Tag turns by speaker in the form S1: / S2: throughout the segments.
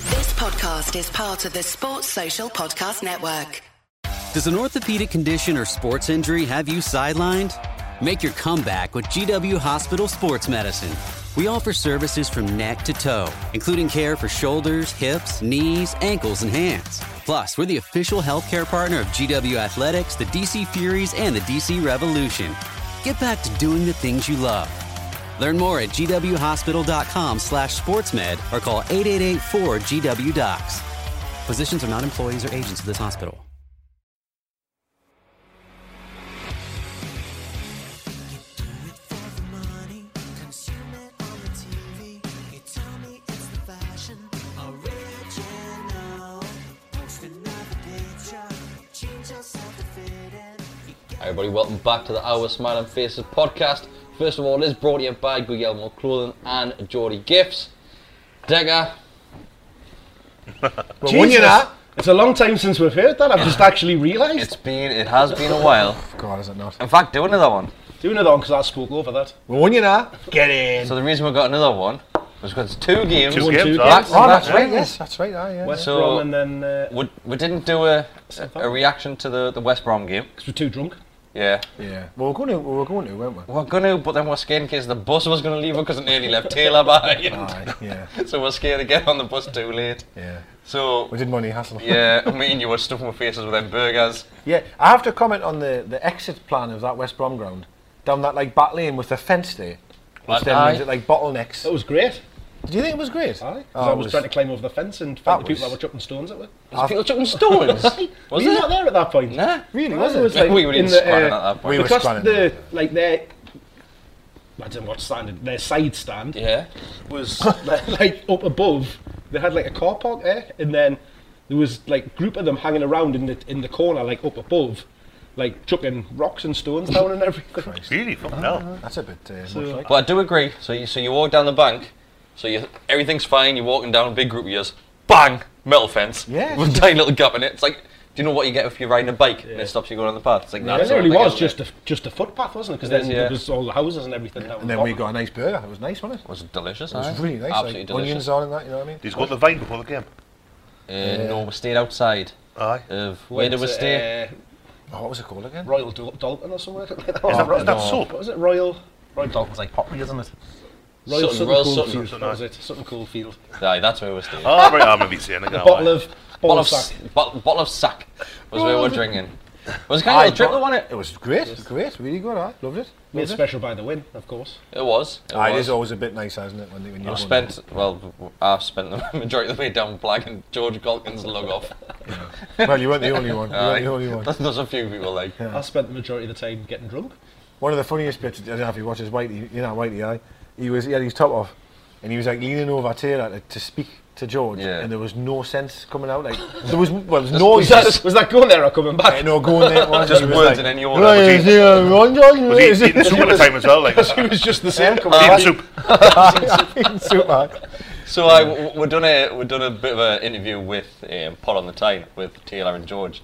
S1: podcast is part of the Sports Social Podcast Network.
S2: Does an orthopedic condition or sports injury have you sidelined? Make your comeback with GW Hospital Sports Medicine. We offer services from neck to toe, including care for shoulders, hips, knees, ankles, and hands. Plus, we're the official healthcare partner of GW Athletics, the DC Furies, and the DC Revolution. Get back to doing the things you love. Learn more at gwhospital.com slash sportsmed or call 888-4GW-DOCS. Physicians are not employees or agents of this hospital.
S3: Hi everybody, welcome back to the Our Smiling Faces podcast. First of all, it is brought to you by Guillermo Clothing and Geordie Gifts. Decker,
S4: But wouldn't you know, It's a long time since we've heard that. I've just actually realised.
S5: It's been, it has been a while.
S4: God, is it not?
S5: In fact, do another one.
S4: Do another one because I spoke over that. Well, wouldn't you know? Get in.
S5: So the reason we got another one was because two games.
S4: One,
S6: games,
S4: two,
S6: aye.
S4: yes.
S5: Oh, that's right,
S4: yes, that's right. Ah, yeah. West
S5: So-
S4: Brom and then uh,
S5: We, we didn't do a, a, a reaction to the, the West Brom game.
S4: 'cause we're too drunk.
S5: Yeah.
S7: Yeah. Well, we're going to, we were going to, weren't we?
S5: We're going to, but then we're scared in case the bus was going to leave because it nearly left Taylor behind.
S7: Aye, yeah,
S5: so we're scared to get on the bus too late.
S7: yeah.
S5: So,
S7: We didn't want any hassle.
S5: yeah, I mean, you were stuffing our faces with them burgers.
S7: Yeah, I have to comment on the, the exit plan of that West Brom ground. Down that, like, back lane with the fence there. Which
S5: Like,
S7: then
S5: aye. Oh.
S7: means it, like, bottlenecks.
S4: That was great.
S7: Do you think it was great?
S4: Aye. 'Cause
S7: Oh,
S4: I
S7: it
S4: was, trying to climb over the fence and find
S7: that
S4: the people
S7: was-
S4: that were chucking stones at me.
S5: People chucking stones.
S4: were
S5: was
S4: you
S5: it?
S4: not there at that point?
S5: Nah.
S7: Really,
S4: No,
S7: was
S4: it
S7: it?
S4: was like
S5: We were
S4: in
S5: in
S4: the,
S5: Scotland
S4: uh,
S5: at that point.
S7: We were
S4: because
S7: Scotland.
S4: the like their I don't know what stand their side stand
S5: Yeah.
S4: was like, like up above. They had like a car park there, and then there was like a group of them hanging around in the in the corner, like up above, like chucking rocks and stones down and everything.
S6: Really? Fucking hell.
S7: That's a bit uh, much like.
S5: But I do agree. So you so you walk down the bank. So you everything's fine. You're walking down a big group of yours. Bang! Metal fence.
S7: Yeah.
S5: With a tiny little gap in it. It's like, do you know what you get if you're riding a bike and it stops you going on the path? It's like
S4: Yeah,
S5: that.
S4: it really was just a just a footpath, wasn't it? Because then
S5: Yes, yeah.
S4: there was all the houses and everything. down
S7: And
S4: the
S7: then we
S4: bottom.
S7: got a nice burger. It was nice, wasn't it?
S5: was delicious.
S7: It was really nice.
S5: Absolutely
S7: like,
S5: delicious.
S7: Onions on and that, you know what I mean?
S6: He's got the vine before the game.
S5: Uh, No, we stayed outside.
S6: Aye.
S5: Of where did we
S4: Went to,
S5: stay?
S4: uh,
S7: Oh, what was it called again?
S4: Royal Dol- Dalton or somewhere. Isn't that
S6: Is that,
S4: right?
S6: is that
S7: no.
S6: soap?
S4: What was it? Royal. Royal Dalton.
S5: It's like pottery, isn't it?
S4: Royal
S5: Sutton,
S4: Sutton,
S5: Royal
S4: Coldfield.
S5: Sutton.
S4: That was it. Sutton Coldfield.
S5: Aye, that's where we stayed.
S6: Oh, right, I remember you saying it. now,
S4: Bottle
S6: aye.
S4: of
S5: bottle,
S4: bottle
S5: of,
S4: sack. Oh.
S5: s- bottle, bottle of sack was where we were drinking. It was kind of a little trip,
S7: got-
S5: wasn't it?
S7: It was great, great, really good. I loved it.
S4: Made
S7: Loved it.
S4: special by the win, of course.
S5: It was. It
S7: Aye, it
S5: was.
S7: is always a bit nicer, isn't it? When, when you
S5: I spent well. I spent the majority of the way down Black and George Golkin's lug off.
S7: Well, you weren't the only one. You
S5: Aye.
S7: weren't the only one.
S5: There's, there's a few people like.
S4: I spent the majority of the time getting drunk.
S7: One of the funniest bits, I don't know if you watch his Whitey, you know Whitey, aye? He was he had his top off, and he was like leaning over Taylor to, to speak to George,
S5: Yeah.
S7: and there was no sense coming out. Like there was well, there was
S5: Oh,
S7: noises.
S4: was that going there or coming back?
S7: Yeah, no going there. Was,
S5: Just
S7: He was
S5: words
S7: like,
S5: in any order.
S7: "Right,
S6: Was
S7: is there a run, George?
S6: Was he
S7: Is
S6: eating
S7: there-"
S6: soup at the time as well? Like,
S4: it was just the same coming
S6: eating
S4: back.
S6: soup.
S7: Eating soup, aye.
S5: So I w- we're done a we're done a bit of an interview with um, Pot on the Tyne with Taylor and George,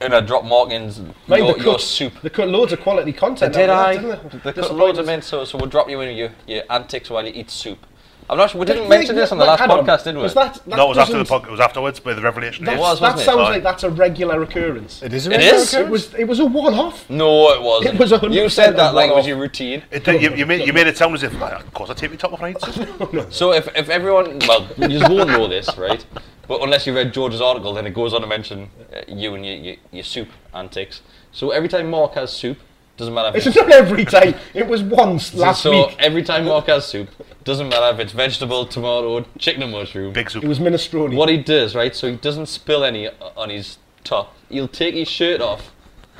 S5: and I dropped Martin's your,
S4: Mate, they
S5: your
S4: cut-
S5: soup.
S4: They cut loads of quality content.
S5: Did
S4: out
S5: I?
S4: of that, didn't
S5: They cut loads of men. So so we'll drop you in your your antics while you eat soup. I'm not sure we didn't mention this on the last podcast, did we?
S4: That, that
S6: No, it was after the
S4: doesn't-
S6: podcast. It was afterwards, by the revelation.
S4: That,
S5: It was,
S4: that
S5: wasn't it?
S4: sounds
S6: Aye.
S4: like that's a regular occurrence.
S7: It is. A
S5: It
S7: regular
S5: is?
S4: It
S7: occurrence.
S4: was. It was a one-off.
S5: no, it wasn't.
S4: It was 100%
S5: you said that
S4: a
S5: like it was
S4: one-off.
S5: your routine.
S6: It did, you, you, made, you made it sound as if, "Ah, of course, I take my top off and I eat soup."
S5: So if, if everyone, well, you just won't know this, right? But unless you read George's article, then it goes on to mention uh, you and your, your, your soup antics. So every time Mark has soup, doesn't matter if
S4: It's not every day. It was once last
S5: so
S4: week.
S5: every time Mark has soup, doesn't matter if it's vegetable, tomato, chicken and mushroom.
S6: Big soup.
S4: It was minestrone.
S5: What he does, right? So he doesn't spill any o- on his top. He'll take his shirt off,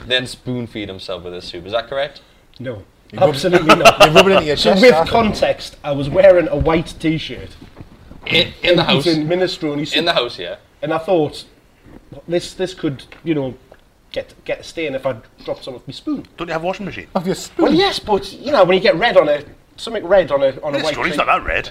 S5: then spoon feed himself with his soup. Is that correct?
S4: No, absolutely not.
S7: You rub it into your
S4: So
S7: chest.
S4: with
S7: aren't you?
S4: context, I was wearing a white T-shirt.
S5: In, in the house.
S4: eating
S5: In
S4: minestrone soup.
S5: the house, yeah.
S4: and I thought this this could you know get get a stain if I dropped some of my spoon.
S6: Don't you have a washing machine?
S7: Of your spoon.
S4: Well, yes, but you know when you get red on a something red on a on a
S6: This
S4: white
S6: story's
S4: thing-
S6: not that red.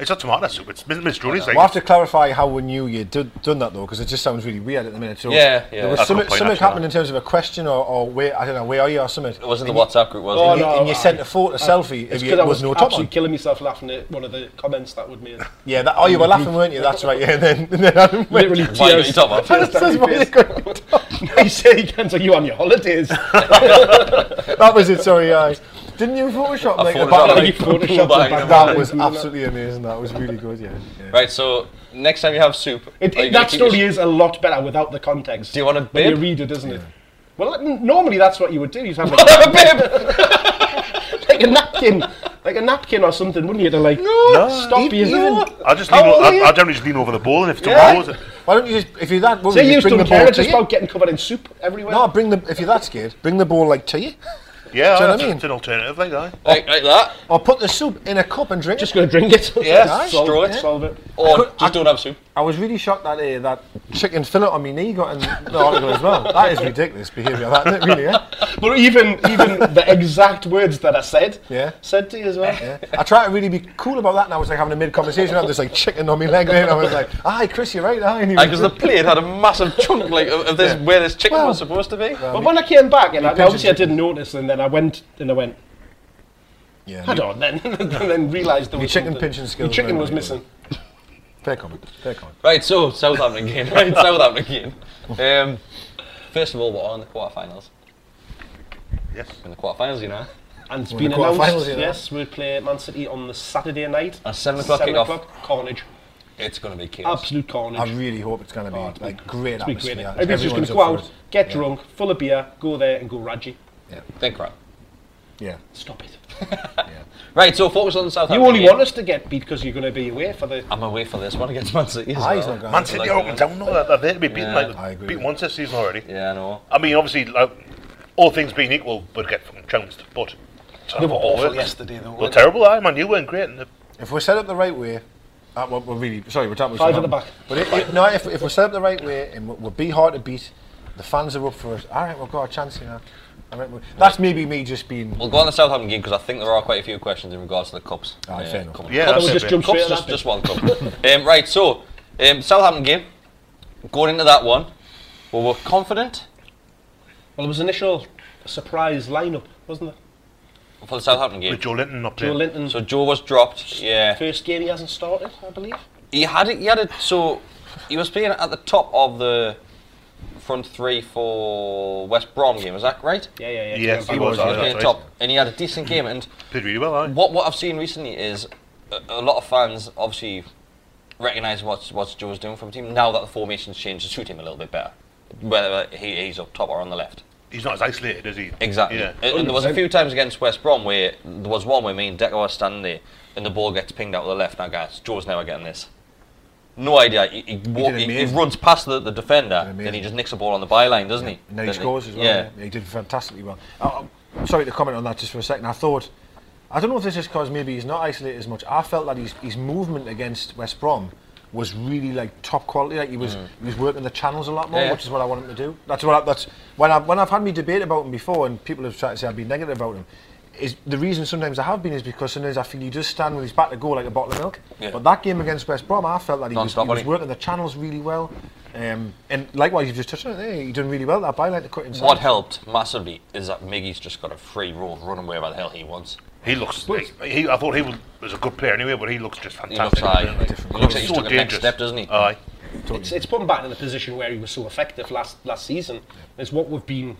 S6: It's not tomato soup. It's Miss- Miss Julie's
S7: We'll have
S6: like.
S7: to clarify how we knew you'd done, done that though, because it just sounds really weird at the minute. So
S5: Yeah, yeah.
S7: There was
S6: That's a
S7: some,
S6: good point,
S7: something
S6: actually,
S7: happened
S6: that.
S7: in terms of a question or, or where I don't know where are you or something.
S5: It wasn't the WhatsApp group, was
S4: Oh,
S5: it?
S7: and, you,
S4: no,
S7: and you
S4: I-
S7: sent a photo, a selfie.
S4: It's
S7: If
S4: 'cause
S7: you,
S4: I
S7: it
S4: was
S7: was no top
S4: absolutely
S7: on.
S4: killing myself laughing at one of the comments that would made.
S7: Yeah, that, oh, you were laughing, weren't you? That's right. Yeah, and then, and then Adam went-
S4: Literally
S5: Why don't you
S4: tears.
S5: top up?
S4: tears
S7: That's
S4: down
S7: why
S4: my
S7: they
S4: face.
S7: couldn't top.
S4: He said again, so you on your holidays.
S7: that was it. Sorry, I didn't you Photoshop like the
S5: photoshopped
S7: back,
S5: it.
S7: like,
S4: He photoshopped
S5: Oh, Pull
S4: the
S5: back.
S4: back
S7: That
S4: of
S7: was
S4: it.
S7: absolutely amazing. That was really good. Yeah. yeah.
S5: Right, so next time you have soup,
S4: It,
S5: are Oh, you
S4: it,
S5: gonna
S4: that
S5: keep your
S4: story is a lot better without the context.
S5: Do you want a
S4: When you
S5: bib?
S4: read it, doesn't it? Well, like, n- normally that's what you would do. You'd have
S5: soup?
S4: like,
S5: Have a bib!
S4: like a napkin, like a napkin or something, wouldn't you? To like stop you.
S6: I'll just
S4: How
S6: lean. o-
S4: old are
S6: I,
S4: you?
S6: I generally just lean over the bowl, and if
S4: Yeah.
S6: tomorrow's
S7: Why don't you just if you're that
S4: Say
S7: worried,
S4: you
S7: just
S4: used to
S7: bring the ball
S4: care just
S7: to you.
S4: about getting covered in soup everywhere.
S7: No, bring the if you're that scared, bring the ball like to you,
S6: yeah,
S7: Do you know what I
S6: that's-
S7: mean?
S6: it's an alternative, like that.
S5: Like, like that.
S7: or put the soup in a cup and drink
S4: just
S7: it.
S4: gonna drink it.
S5: Yeah,
S4: solve,
S5: straw it.
S4: Solve it.
S5: Or
S7: could-
S5: just
S7: I-
S5: don't have soup.
S7: I was really shocked that uh, that chicken fillet on my knee got in the article as well. That is ridiculous behaviour. That isn't it, really, eh? yeah.
S4: But even even the exact words that I said,
S7: Yeah.
S4: said to you as well.
S7: Yeah. I tried to really be cool about that, and I was like having a mid conversation. I had this like chicken on my leg, there, and I was like, "Aye, Chris, you're right." Aye, and he was
S5: Because the plate had a massive chunk like of, of this where this chicken was supposed to be.
S4: But when I came back, and I,
S7: pigeon
S4: obviously I didn't
S7: chicken.
S4: notice, and then I went and I went,
S7: yeah,
S4: hold on, then and then realised there
S7: Your
S4: was
S7: chicken
S4: something.
S7: pinching skills
S4: Your chicken
S7: were
S4: was
S7: really
S4: missing.
S7: fair comment, fair comment.
S5: Right, so Southampton again. Right, Southampton again. Um, first of all, we're on the quarterfinals.
S6: Yes.
S5: In the quarterfinals, you know.
S4: And it's
S7: We're in
S4: been
S7: the
S4: announced,
S7: quarterfinals, you know.
S4: yes, we'll play Man City on the Saturday night.
S5: At seven o'clock kickoff.
S4: Carnage.
S5: It's going to be chaos.
S4: Absolute carnage.
S7: I really hope it's going to be like great
S4: It's been
S7: atmosphere.
S4: great. Everybody's just going
S7: Everyone's
S4: to go
S7: up
S4: out,
S7: for it.
S4: get
S7: Yeah.
S4: drunk, full of beer, go there and go Raji.
S5: Think crap.
S7: Yeah,
S4: Stop it.
S5: Right, so focus on Southampton.
S4: You only
S5: again.
S4: want us to get beat because you're going to be away for the.
S5: I'm away for this one against Man City. As
S7: Aye, he's
S5: well.
S7: not going.
S6: Man City are up and down. No, they're- they're there to be beaten.
S5: Yeah.
S7: I
S6: Like
S7: agree
S6: beaten
S7: with
S6: once this season already.
S5: Yeah, I know.
S6: I mean, obviously, like, all things being equal, would get fucking trounced. But
S4: They were awful
S5: yesterday, though,
S6: They were
S5: weren't
S6: terrible. I man, you weren't great. And the-
S7: If we're set up the right way, uh, well, we're really sorry. We're talking about
S4: Five at the back.
S7: But it, it, no, if, if we're set up the right way and we'll, we'll be hard to beat, the fans are up for us. All right, we've got a chance, you know. All right, we- that's maybe me just being.
S5: We'll go on the Southampton game because I think there are quite a few questions in regards to the cups.
S7: Aye, fair enough.
S5: cup-
S6: Yeah,
S5: cups,
S6: that's
S4: We'll just
S6: it.
S4: jump straight
S5: cups
S4: at
S5: just,
S4: that
S5: just one cup. um, right, so um, Southampton game. Going into that one, well, we're confident
S4: Well, it was initial surprise lineup, wasn't it?
S5: for the Southampton game.
S6: with Joe Linton not
S4: Joe
S6: playing.
S4: Linton,
S5: So Joe was dropped. Yeah,
S4: first game he hasn't started, I believe.
S5: he had it. He had it. So he was playing at the top of the front three for West Brom game. Is that right?
S4: Yeah, yeah, yeah.
S6: Yes,
S4: Yeah,
S6: he was.
S5: He was
S6: aye,
S5: playing
S6: that's right.
S5: top, and he had a decent game. And
S6: Did really well. Aye.
S5: what what I've seen recently is a, a lot of fans obviously recognise what what Joe's doing from the team now that the formation's changed to suit him a little bit better, whether he, he's up top or on the left.
S6: He's not as isolated, is he?
S5: Exactly.
S6: Yeah.
S5: And, and there was a few times against West Brom where there was one where me and Decker were standing there, and the ball gets pinged out to the left. Now, guys, Joe's never getting this. No idea. He, he, wa- he- he
S7: amazing.
S5: runs past the, the defender,
S7: amazing.
S5: then he just nicks the ball on the byline, doesn't he?
S7: And then he
S5: Then
S7: scores as well.
S5: Yeah.
S7: Yeah. he did fantastically well. Uh, I'm sorry to comment on that just for a second. I thought, I don't know if this is because maybe he's not isolated as much. I felt that his, his movement against West Brom was really like top quality. Like he was he was working the channels a lot more,
S5: Mm. Yeah.
S7: which is what I want him to do. That's what I, that's when I when I've had me debate about him before, and people have tried to say I've been negative about him. Is the reason sometimes I have been is because sometimes I feel he does stand with his back to goal like a bottle of milk.
S5: Yeah.
S7: But that game against West Brom, I felt that he was, he
S5: Non-stop,
S7: was
S5: wasn't he?
S7: working the channels really well. Um, and likewise, you've just touched on it there. You've done really well. That byline to cut inside.
S5: What helped massively is that Miggy's just got a free roll running wherever the hell he wants.
S6: He looks. He, he- I thought he was, was a good player anyway, but he looks just
S5: He looks
S6: fantastic.
S5: like,
S7: different
S5: he looks like he's
S6: So
S5: took a next
S6: dangerous.
S5: step, doesn't he?
S6: Aye.
S4: It's, it's put him back in the position where he was so effective last, last season. It's what we've been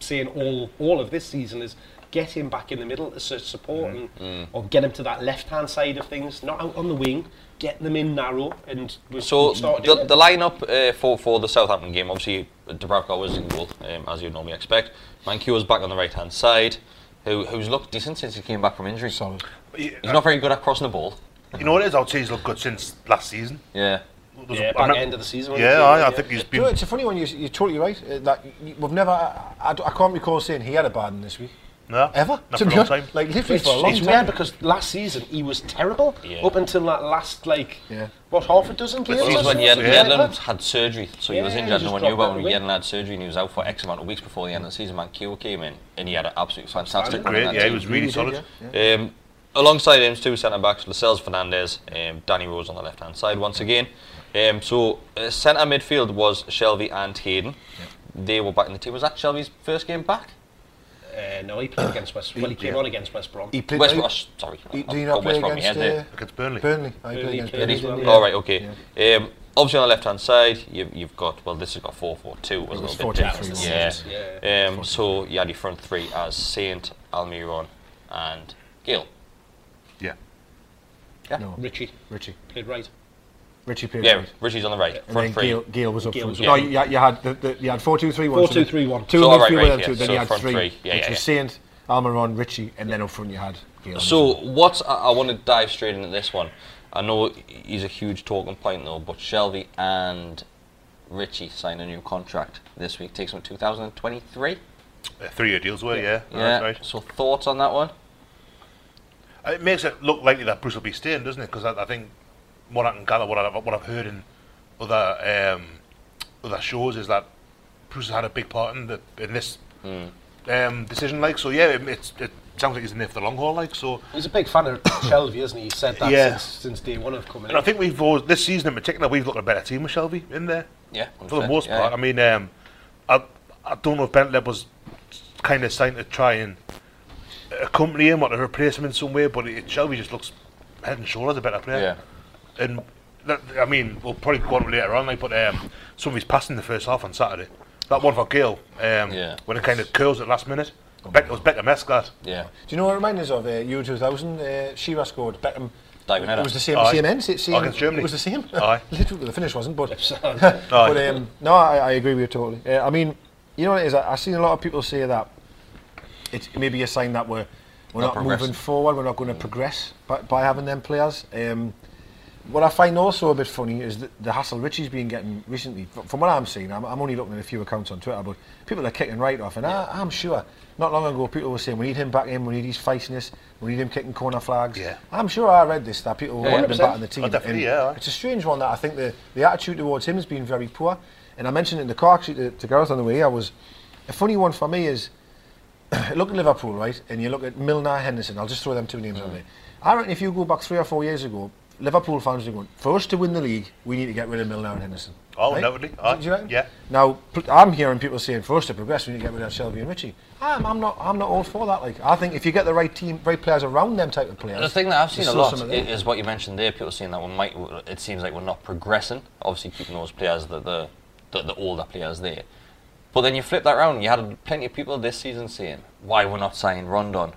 S4: saying all, all of this season is get him back in the middle to su- support and, or get him to that left-hand side of things, not out on the wing, get them in narrow and we've
S5: So
S4: we've started
S5: the,
S4: doing it.
S5: the lineup uh, for for the Southampton game, obviously Dubravka was in goal um, as you'd normally expect. Mancuo's back on the right hand side, who who's looked decent since he came back from injury.
S7: Solid.
S6: He- uh,
S5: He's not very good at crossing the ball.
S6: You know what it is? I would say he's looked good since last season.
S5: Yeah,
S6: There's
S4: Yeah,
S6: a- I
S4: back
S6: remember-
S4: end of the season, wasn't
S6: Yeah,
S4: it?
S6: aye,
S4: Yeah.
S6: I think he's
S7: You know,
S6: been.
S7: it's a funny one. You're, you're totally right. Uh, that y- we've never. I, I d- I can't recall saying he had a bad in this week.
S6: No,
S7: Ever.
S6: Not
S7: to
S6: for a
S7: be
S6: long
S7: honest.
S6: time.
S7: Like literally
S4: It's,
S7: for a long
S4: it's
S7: time.
S4: weird because last season he was terrible
S5: Yeah.
S4: up until that last like
S7: Yeah.
S4: what half a dozen games.
S5: this was
S4: or
S5: when
S4: something
S5: Yed-
S4: like that.
S5: Yedlin had surgery, so he was
S4: Yeah,
S5: injured.
S4: he
S5: No
S4: just
S5: one knew
S4: dropped out
S5: about him.
S4: of the
S5: Yedlin had surgery, and he was out for X amount of weeks before the end of the season. Mancuo came in, and he had an absolutely fantastic. run in
S6: Great,
S5: that
S6: yeah, he
S5: team.
S6: was really solid.
S5: Um, alongside him, two centre backs, Lascelles Fernandez, um, Danny Rose on the left hand side once again. Um, so uh, centre midfield was Shelby and Hayden. They were back in the team. Was that Shelby's first game back?
S4: Uh, no, he played against West. Well, he came on against West Brom.
S7: He played.
S5: West
S7: no, he-
S5: Brom. oh, Sorry,
S7: he-
S5: I've
S7: did he
S5: got
S7: not play
S5: West Brom in my
S7: against,
S5: head
S7: uh,
S5: there.
S6: Against Burnley.
S7: Burnley? Oh, he
S4: Burnley,
S7: played against
S4: he played
S7: Burnley.
S4: as well,
S5: All right, oh, right, okay. Um, obviously on the left-hand side, you've, you've got well, this has got four four two.
S7: It was
S5: a little
S7: 4-2-3,
S5: bit
S7: wasn't
S5: different.
S4: it?
S5: uh, Yeah. Um, so you had your front three as Saint, Almiron, and Gill.
S6: Yeah.
S7: No,
S4: Richie
S7: Richie.
S4: played right.
S7: Richie played.
S5: Yeah,
S7: right.
S5: Richie's on the right.
S7: And then
S5: Front three.
S7: Gail, Gail was up
S4: Gail
S7: front.
S4: was
S7: No,
S4: up.
S7: you, you had the, the, you had four two three one.
S4: Four,
S7: so
S4: two,
S7: the-
S4: three, one.
S7: Two
S5: So, all right,
S7: midfield,
S5: right,
S7: then
S5: yeah,
S7: two, then
S5: so
S7: you had
S5: front
S7: three,
S5: three, yeah,
S7: which
S5: yeah,
S7: was
S5: yeah.
S7: Saint, Almiron, Richie, and then up front you had Gail.
S5: So what I, I want to dive straight into this one. I know he's a huge talking point though, but Shelby and Richie signed a new contract this week. Takes them to 2023.
S6: Uh, three-year deals were, yeah.
S5: Yeah.
S6: That's right.
S5: So thoughts on that one?
S6: Uh, It makes it look likely that Bruce will be staying, doesn't it? Because I, I think what I can gather, what I've, what I've heard in other um, other shows is that Bruce has had a big part in the in this um, decision. Like, so yeah, it, it's, it sounds like he's in there for the long haul. Like, so
S4: He's a big fan of Shelby, isn't he? He said that
S6: Yeah.
S4: since, since day one of coming in.
S6: and I think we've always, this season in particular we've looked a better team with Shelby in there
S5: Yeah.
S6: for the
S5: 100%,
S6: most
S5: yeah,
S6: part.
S5: yeah.
S6: I mean, um, I I don't know if Bentley was kind of signed to try and accompany him or to replace him in some way, but it, Shelby just looks head and shoulders a better player.
S5: Yeah.
S6: and that, I mean, we'll probably go on later on, like, but um, some of his passing in the first half on Saturday, that one for Gale, um,
S5: Yeah. Oh
S6: when it kind of curls at last minute, Beck, it was Beckham esque that.
S5: Yeah.
S7: Do you know what it reminds us of? Uh, Euro 2000, uh, Shearer scored, Beckham.
S5: Diving header.
S7: It was the same,
S6: Aye.
S7: same end. Same,
S6: Oh, against Germany.
S7: It was the same.
S6: Aye.
S7: Literally, the finish wasn't, but.
S4: Aye.
S7: but um, no, I, I agree with you totally. Uh, I mean, you know what it is? I, I've seen a lot of people say that it's maybe a sign that we're, we're
S5: Not
S7: not, moving
S5: progressing.
S7: forward, we're not going to progress by, by having them players. Um, what I find also a bit funny is that the hassle Richie's been getting recently, fr- from what I'm seeing, I'm, I'm only looking at a few accounts on Twitter, but people are kicking right off. And I, I'm sure not long ago people were saying, we need him back in, we need his feistiness, we need him kicking corner flags.
S6: Yeah.
S7: I'm sure I read this, that people wanted him
S4: 100%.
S7: back in the team.
S6: Oh,
S7: And
S6: definitely, yeah, aye.
S7: It's a strange one that I think the, the attitude towards him has been very poor. And I mentioned it in the car actually to, to Gareth on the way here was a funny one for me is look at Liverpool, right? And you look at Milner, Henderson. I'll just throw them two names out there. I reckon if you go back three or four years ago, Liverpool fans were going, for us to win the league, we need to get rid of Milner and Henderson.
S6: Oh,
S7: right?
S6: undoubtedly.
S7: Do
S6: Aye.
S7: you reckon?
S6: Yeah.
S7: Now pl- I'm hearing people saying for us to progress, we need to get rid of Shelby and Richie. I'm, I'm not. I'm not all for that. Like I think if you get the right team, right players around them type of players.
S5: The thing that I've seen
S7: there's
S5: a
S7: still
S5: lot
S7: some of
S5: i-
S7: them.
S5: is what you mentioned there. People saying that we might. It seems like we're not progressing. Obviously, keeping those players, the the, the, the older players there. But then you flip that round. You had plenty of people this season saying why we're not signing Rondon,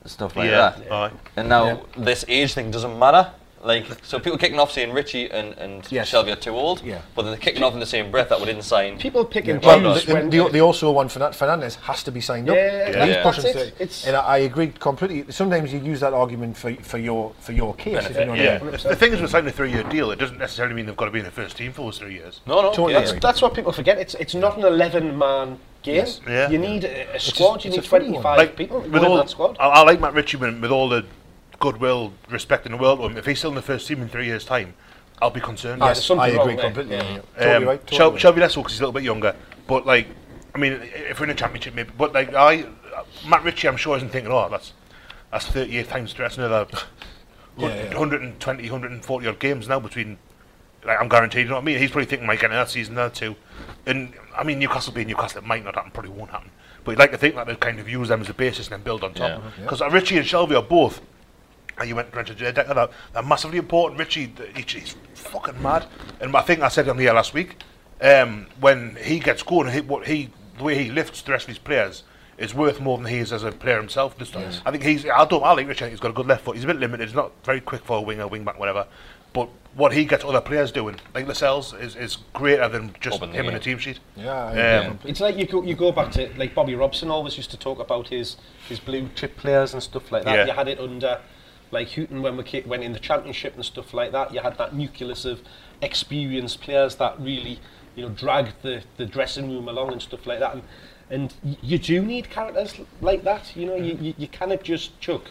S5: and stuff like
S6: Yeah,
S5: that.
S6: aye.
S5: And now
S7: Yeah.
S5: this age thing doesn't matter. Like so, people kicking off saying Richie and and
S7: Yes.
S5: Shelby are too old.
S7: Yeah.
S5: But they're kicking off in the same breath that we didn't sign.
S4: People pick and
S7: Well,
S5: Well,
S4: choose
S7: the,
S4: when
S7: the, the also one Fernan- Fernandez has to be signed up.
S4: Yeah, yeah,
S7: And
S4: yeah.
S7: he's
S5: Yeah.
S7: pushing
S4: That's it.
S7: through.
S4: It's-
S7: And I, I agree completely. Sometimes you use that argument for, for your for your case. If you know what
S6: Yeah.
S7: I mean.
S6: The thing is, with signing a three year deal, it doesn't necessarily mean they've got to be in the first team for those three years.
S5: No, no.
S7: Totally
S5: yeah.
S7: agree.
S4: That's what people forget. It's it's not an eleven man game.
S7: Yes.
S6: Yeah.
S4: You need a, a squad. you
S7: it's a
S4: need
S7: funny one.
S4: twenty five
S6: like
S4: people
S6: with
S4: within
S6: all
S4: that squad.
S6: I, I like Matt Ritchie with, with all the goodwill, respect in the world. to him. If he's still in the first team in three years' time, I'll be concerned.
S4: Yes. there's
S7: I
S4: something
S7: agree
S4: wrong there.
S7: completely.
S4: Yeah.
S7: Yeah. Totally
S6: um,
S7: right.
S6: Shel-
S7: Totally right.
S6: Shelby Lessor because he's a little bit younger, but like, I mean, i- if we're in a championship, maybe. But like, I Matt Ritchie, I'm sure isn't thinking, oh, that's that's 38 times stress another
S7: Yeah, yeah.
S6: 120, 140 odd games now between. Like, I'm guaranteed. You know what I mean? He's probably thinking, like, getting that season there too. And I mean, Newcastle being Newcastle, it might not happen, probably won't happen. But you'd like to think that they kind of use them as a basis and then build on top. Because uh, Ritchie and Shelby are both and you went to Richard Decker, that, that massively important. Richie, th- he, he's fucking mad. And I think I said on here last week, um, when he gets going, he, what he, the way he lifts the rest of his players is worth more than he is as a player himself. This time. I think he's, I don't, I like Richie, I think he's got a good left foot. He's a bit limited, he's not very quick for a winger, wing back, whatever. But what he gets other players doing, like Lascelles, is, is greater than just
S5: Up in the
S6: him in
S5: air.
S6: the team sheet.
S7: Yeah, I
S6: Um,
S7: agree.
S4: It's like you go, you go back to like Bobby Robson always used to talk about his his blue chip players and stuff like that.
S6: Yeah.
S4: You had it under like Houghton when we ca- went in the championship and stuff like that. You had that nucleus of experienced players that really you know dragged the, the dressing room along and stuff like that. And and y- you do need characters l- like that. You know, you, you, you cannot just chuck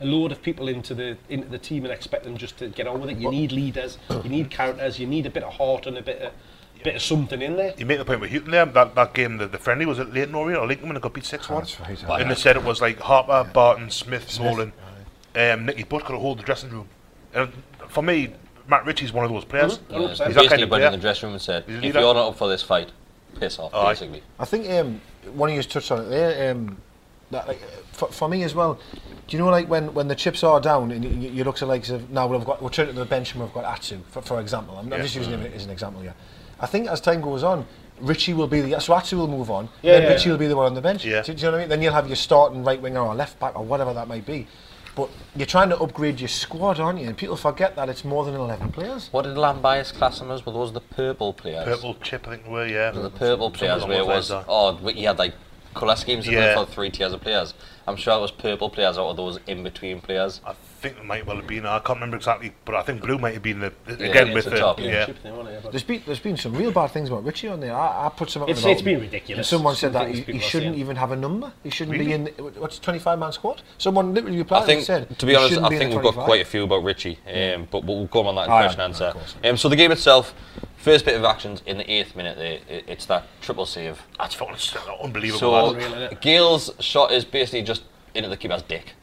S4: a load of people into the into the team and expect them just to get on with it. You need leaders. You need characters. You need a bit of heart and a bit of bit of something in there.
S6: You make the point with Houghton there, that, that game, the, the friendly, was it Leighton Orient or Lincoln when it got beat 6 1?
S7: That's right, aye.
S6: And they said it was like Harper, Barton, Smith, Nolan. um, Nicky Butt could hold the dressing room. And for me, Matt Ritchie's one of those players.
S4: Yeah.
S6: He's
S4: He's that
S5: Hmm?
S6: that
S5: basically
S6: kind of
S5: went
S6: player.
S5: in the dressing room and said,
S6: He's a
S5: if
S6: leader.
S5: you're not up for this fight, piss off,
S6: Aye.
S5: basically.
S7: I think um, one of you touched on it there. Um, that, like, for, for me as well, do you know like when, when the chips are down and you, you look at like of now we've got we're turning to the bench and we've got Atsu for, for example. I'm, I'm
S6: Yeah.
S7: just using him as an example here. I think as time goes on, Richie will be the so Atsu will move on.
S4: Yeah,
S7: then
S4: yeah,
S7: Richie
S4: yeah.
S7: will be the one on the bench.
S6: Yeah.
S7: Do, do you know what I mean? Then you'll have your starting right winger or left back or whatever that might be. But you're trying to upgrade your squad, aren't you? And people forget that it's more than 11 players.
S5: What did Lambias class them as? Were those the purple players?
S6: Purple chip, I think, were yeah.
S5: The purple players
S6: along
S5: where it was,
S6: those lines,
S5: oh, we- he had like colour schemes in there
S6: Yeah.
S5: for three tiers of players. I'm sure it was purple players out of those in between players.
S6: I think it might well have been. I can't remember exactly, but I think blue might have been the
S5: Yeah,
S6: again
S5: it's
S6: with
S5: the
S6: the,
S5: top, yeah.
S6: yeah.
S4: Chip thing, wasn't it? But-
S7: There's been, there's been some real bad things about Richie on there. I, I put some up
S4: It's-
S7: about
S4: it's
S7: him,
S4: been ridiculous.
S7: And someone
S4: Some
S7: said that
S4: things
S7: he, he
S4: people are
S7: shouldn't
S4: saying.
S7: even have a number. He shouldn't be
S6: Really?
S7: in the, what's 25 man squad. Someone literally replied
S5: I think,
S7: and said,
S5: to be
S7: he
S5: honest,
S7: shouldn't
S5: I
S7: be in
S5: think
S7: the
S5: we've got
S7: 25.
S5: quite a few about Richie, um, but we'll go on that in
S7: Aye,
S5: question
S7: aye,
S5: and
S7: aye,
S5: answer.
S7: of course.
S5: Um, so the game itself, first bit of actions in the eighth minute there, i- it's that triple save.
S6: That's fucking s- unbelievable.
S5: So
S6: that.
S5: Gale's shot is basically just into the keeper's dick.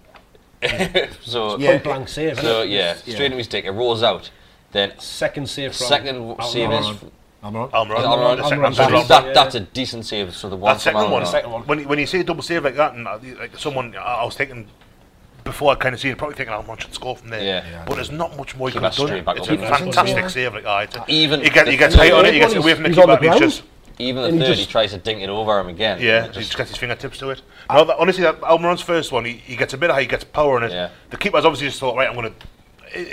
S5: so
S7: Yeah.
S4: Point blank save. isn't
S5: so
S4: it?
S5: yeah, straight into his dick. It rolls out. Then
S4: Second save from.
S5: second save is
S7: I'm wrong.
S6: Almiron,
S5: Almiron-
S6: the second
S4: Almiron-
S6: one.
S5: that,
S4: Almiron-
S5: that,
S4: Yeah.
S5: that's a decent save. So the one
S6: That
S5: from
S6: second one,
S5: Almiron.
S4: second one.
S6: When, when you say double save like that, and uh, like someone, I, I was thinking before I kind of seen it, probably thinking, oh, man, should score from there.
S5: Yeah. Yeah,
S6: but there's not much more you
S5: Keep
S6: can
S5: that
S6: have done.
S5: straight back
S6: It's
S5: up
S6: a
S5: there.
S6: fantastic
S7: Yeah.
S6: save. Like, ah, it's a-
S5: Even
S6: he gets,
S5: the
S6: he gets
S5: third
S6: high on it,
S4: one,
S6: he gets away from the
S4: he's on
S6: keeper,
S4: the
S6: and he's
S4: ground.
S6: just
S5: Even the
S4: And he
S5: third, he
S4: just-
S5: tries to dink it over him again.
S6: Yeah,
S5: It
S6: he
S5: just-
S6: just gets his fingertips to it. No, that, honestly, that Almiron's first one, he, he gets a bit of height, he gets power in it.
S5: Yeah.
S6: The keeper's obviously just thought, right, I'm going to.